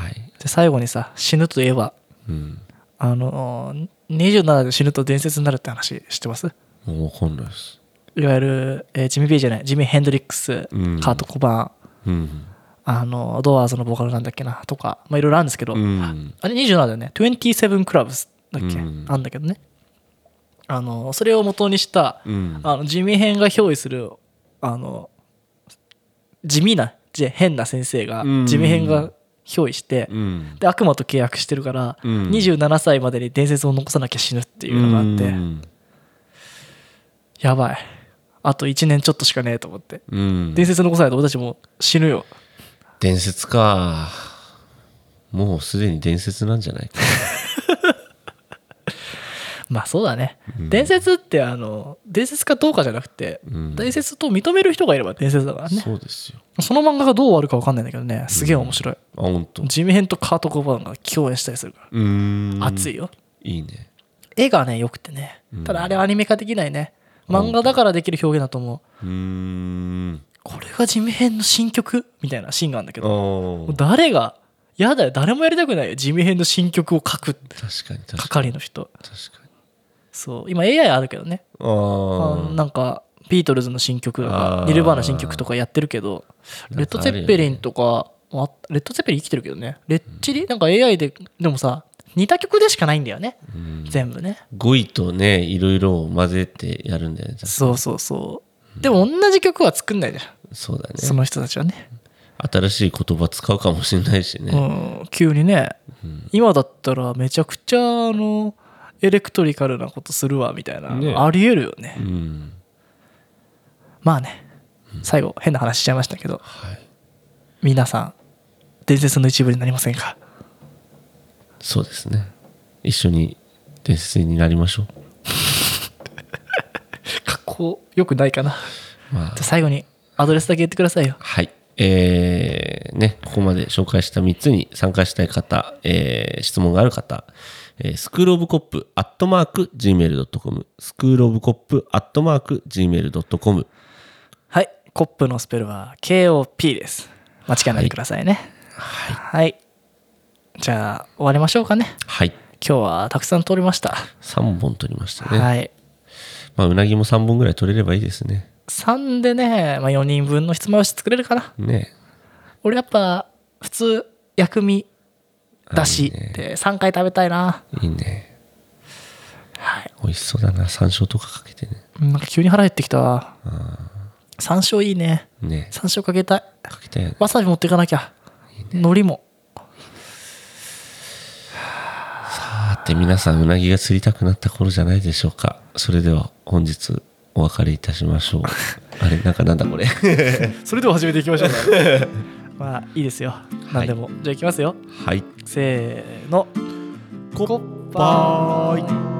A: い、
B: で最後にさ、死ぬといえば、
A: うん、
B: あのー、27で死ぬと伝説になるって話知ってます
A: もう分かんないです
B: いわゆる、えージミー・ビーじゃない、ジミー・ヘンドリックス、
A: うん
B: カート・コバーン、
A: うん
B: あのドアーズのボーカルなんだっけなとか、まあ、いろいろあるんですけど、
A: うん
B: あれ27だよね27クラブスだっけ、
A: うん
B: あんだけどねあのそれを元にした
A: うん
B: あの地味編が憑依するあの地味なじ変な先生が
A: うん
B: 地味編が憑依して、
A: うん
B: で悪魔と契約してるから、
A: うん
B: 27歳までに伝説を残さなきゃ死ぬっていうのがあって、
A: うん
B: やばいあと1年ちょっとしかねえと思って
A: うん
B: 伝説残さないと俺たちもう死ぬよ
A: 伝説かもうすでに伝説なんじゃないか
B: まあそうだね、伝説ってあの伝説かどうかじゃなくて、
A: うん
B: 伝説と認める人がいれば伝説だからね
A: そうですよ
B: その漫画がどう終わるか分かんないんだけどねすげえ面白い、
A: あ本当。う
B: 地味編とカート・コバーンが共演したりするから、
A: ーん
B: 熱いよ
A: いいね
B: 絵がね良くてね
A: うん
B: ただあれはアニメ化できないね漫画だからできる表現だと思
A: う
B: う
A: ーん
B: これが地味編の新曲みたいなシーンがあるんだけど
A: お
B: もう誰がやだよ誰もやりたくないよ地味編の新曲を書
A: 確
B: く
A: かに確かに
B: 係の人
A: 確かに
B: そう今 AI あるけどね
A: あ
B: あ
A: ー
B: なんかビートルズの新曲とか
A: あー
B: ニルバーナ新曲とかやってるけ
A: なん
B: ど
A: かあるよね
B: レッド・ゼッペリンとかあレッド・ゼッペリン生きてるけどねレッチリなんか AI ででもさ似た曲でしかないんだよね
A: うん
B: 全部ね
A: 語彙とねいろいろを混ぜてやるんだよね
B: そうそうそうでも同じ曲は作んないじゃん
A: そうだ
B: そ
A: ね
B: の人たちはね
A: 新しい言葉使うかもしれないしね、
B: うん急にね今だったらめちゃくちゃあのエレクトリカルなことするわみたいな
A: ね
B: ありえるよね
A: うん
B: まあね最後変な話しちゃいましたけど
A: はい
B: 皆さん伝説の一部になりませんか
A: そうですね一緒に伝説になりましょう
B: 格好良くないかな。
A: まあ
B: じゃあ最後にアドレスだけ言ってくださいよ。
A: はい。えーね、ここまで紹介した3つに参加したい方、えー質問がある方、えー、スクールオブコップアットマーク Gmail.com、スクールオブコップアットマーク Gmail.com。
B: はい。コップのスペルは KOP です。間違えないでくださいね。はい。じゃあ、終わりましょうかね。
A: はい。
B: 今日はたくさん通りました。
A: 3本取りましたね。
B: はい。
A: まあ、うなぎも3本ぐらい取れればいいですね。
B: 3でね、まあ、4人分のひつまぶし作れるかな。
A: ね。
B: 俺やっぱ、普通、薬味、だし
A: あいいね
B: で3回食べたいな。
A: いいね。
B: はい。
A: 美味しそうだな。山椒とかかけてね。
B: うんなんか急に腹減ってきた。山椒いいね。
A: ね。
B: 山椒かけたい。
A: かけたいよね。
B: わさび持っていかなきゃ。海苔も。
A: さて皆さんうなぎが釣りたくなった頃じゃないでしょうかそれでは本日お別れいたしましょうあれなんかなんだこれ
B: それでは始めていきましょう <laughs> まあいいですよ何でも、じゃあいきますよ
A: はい
B: せーの
A: こ
B: こっぱーい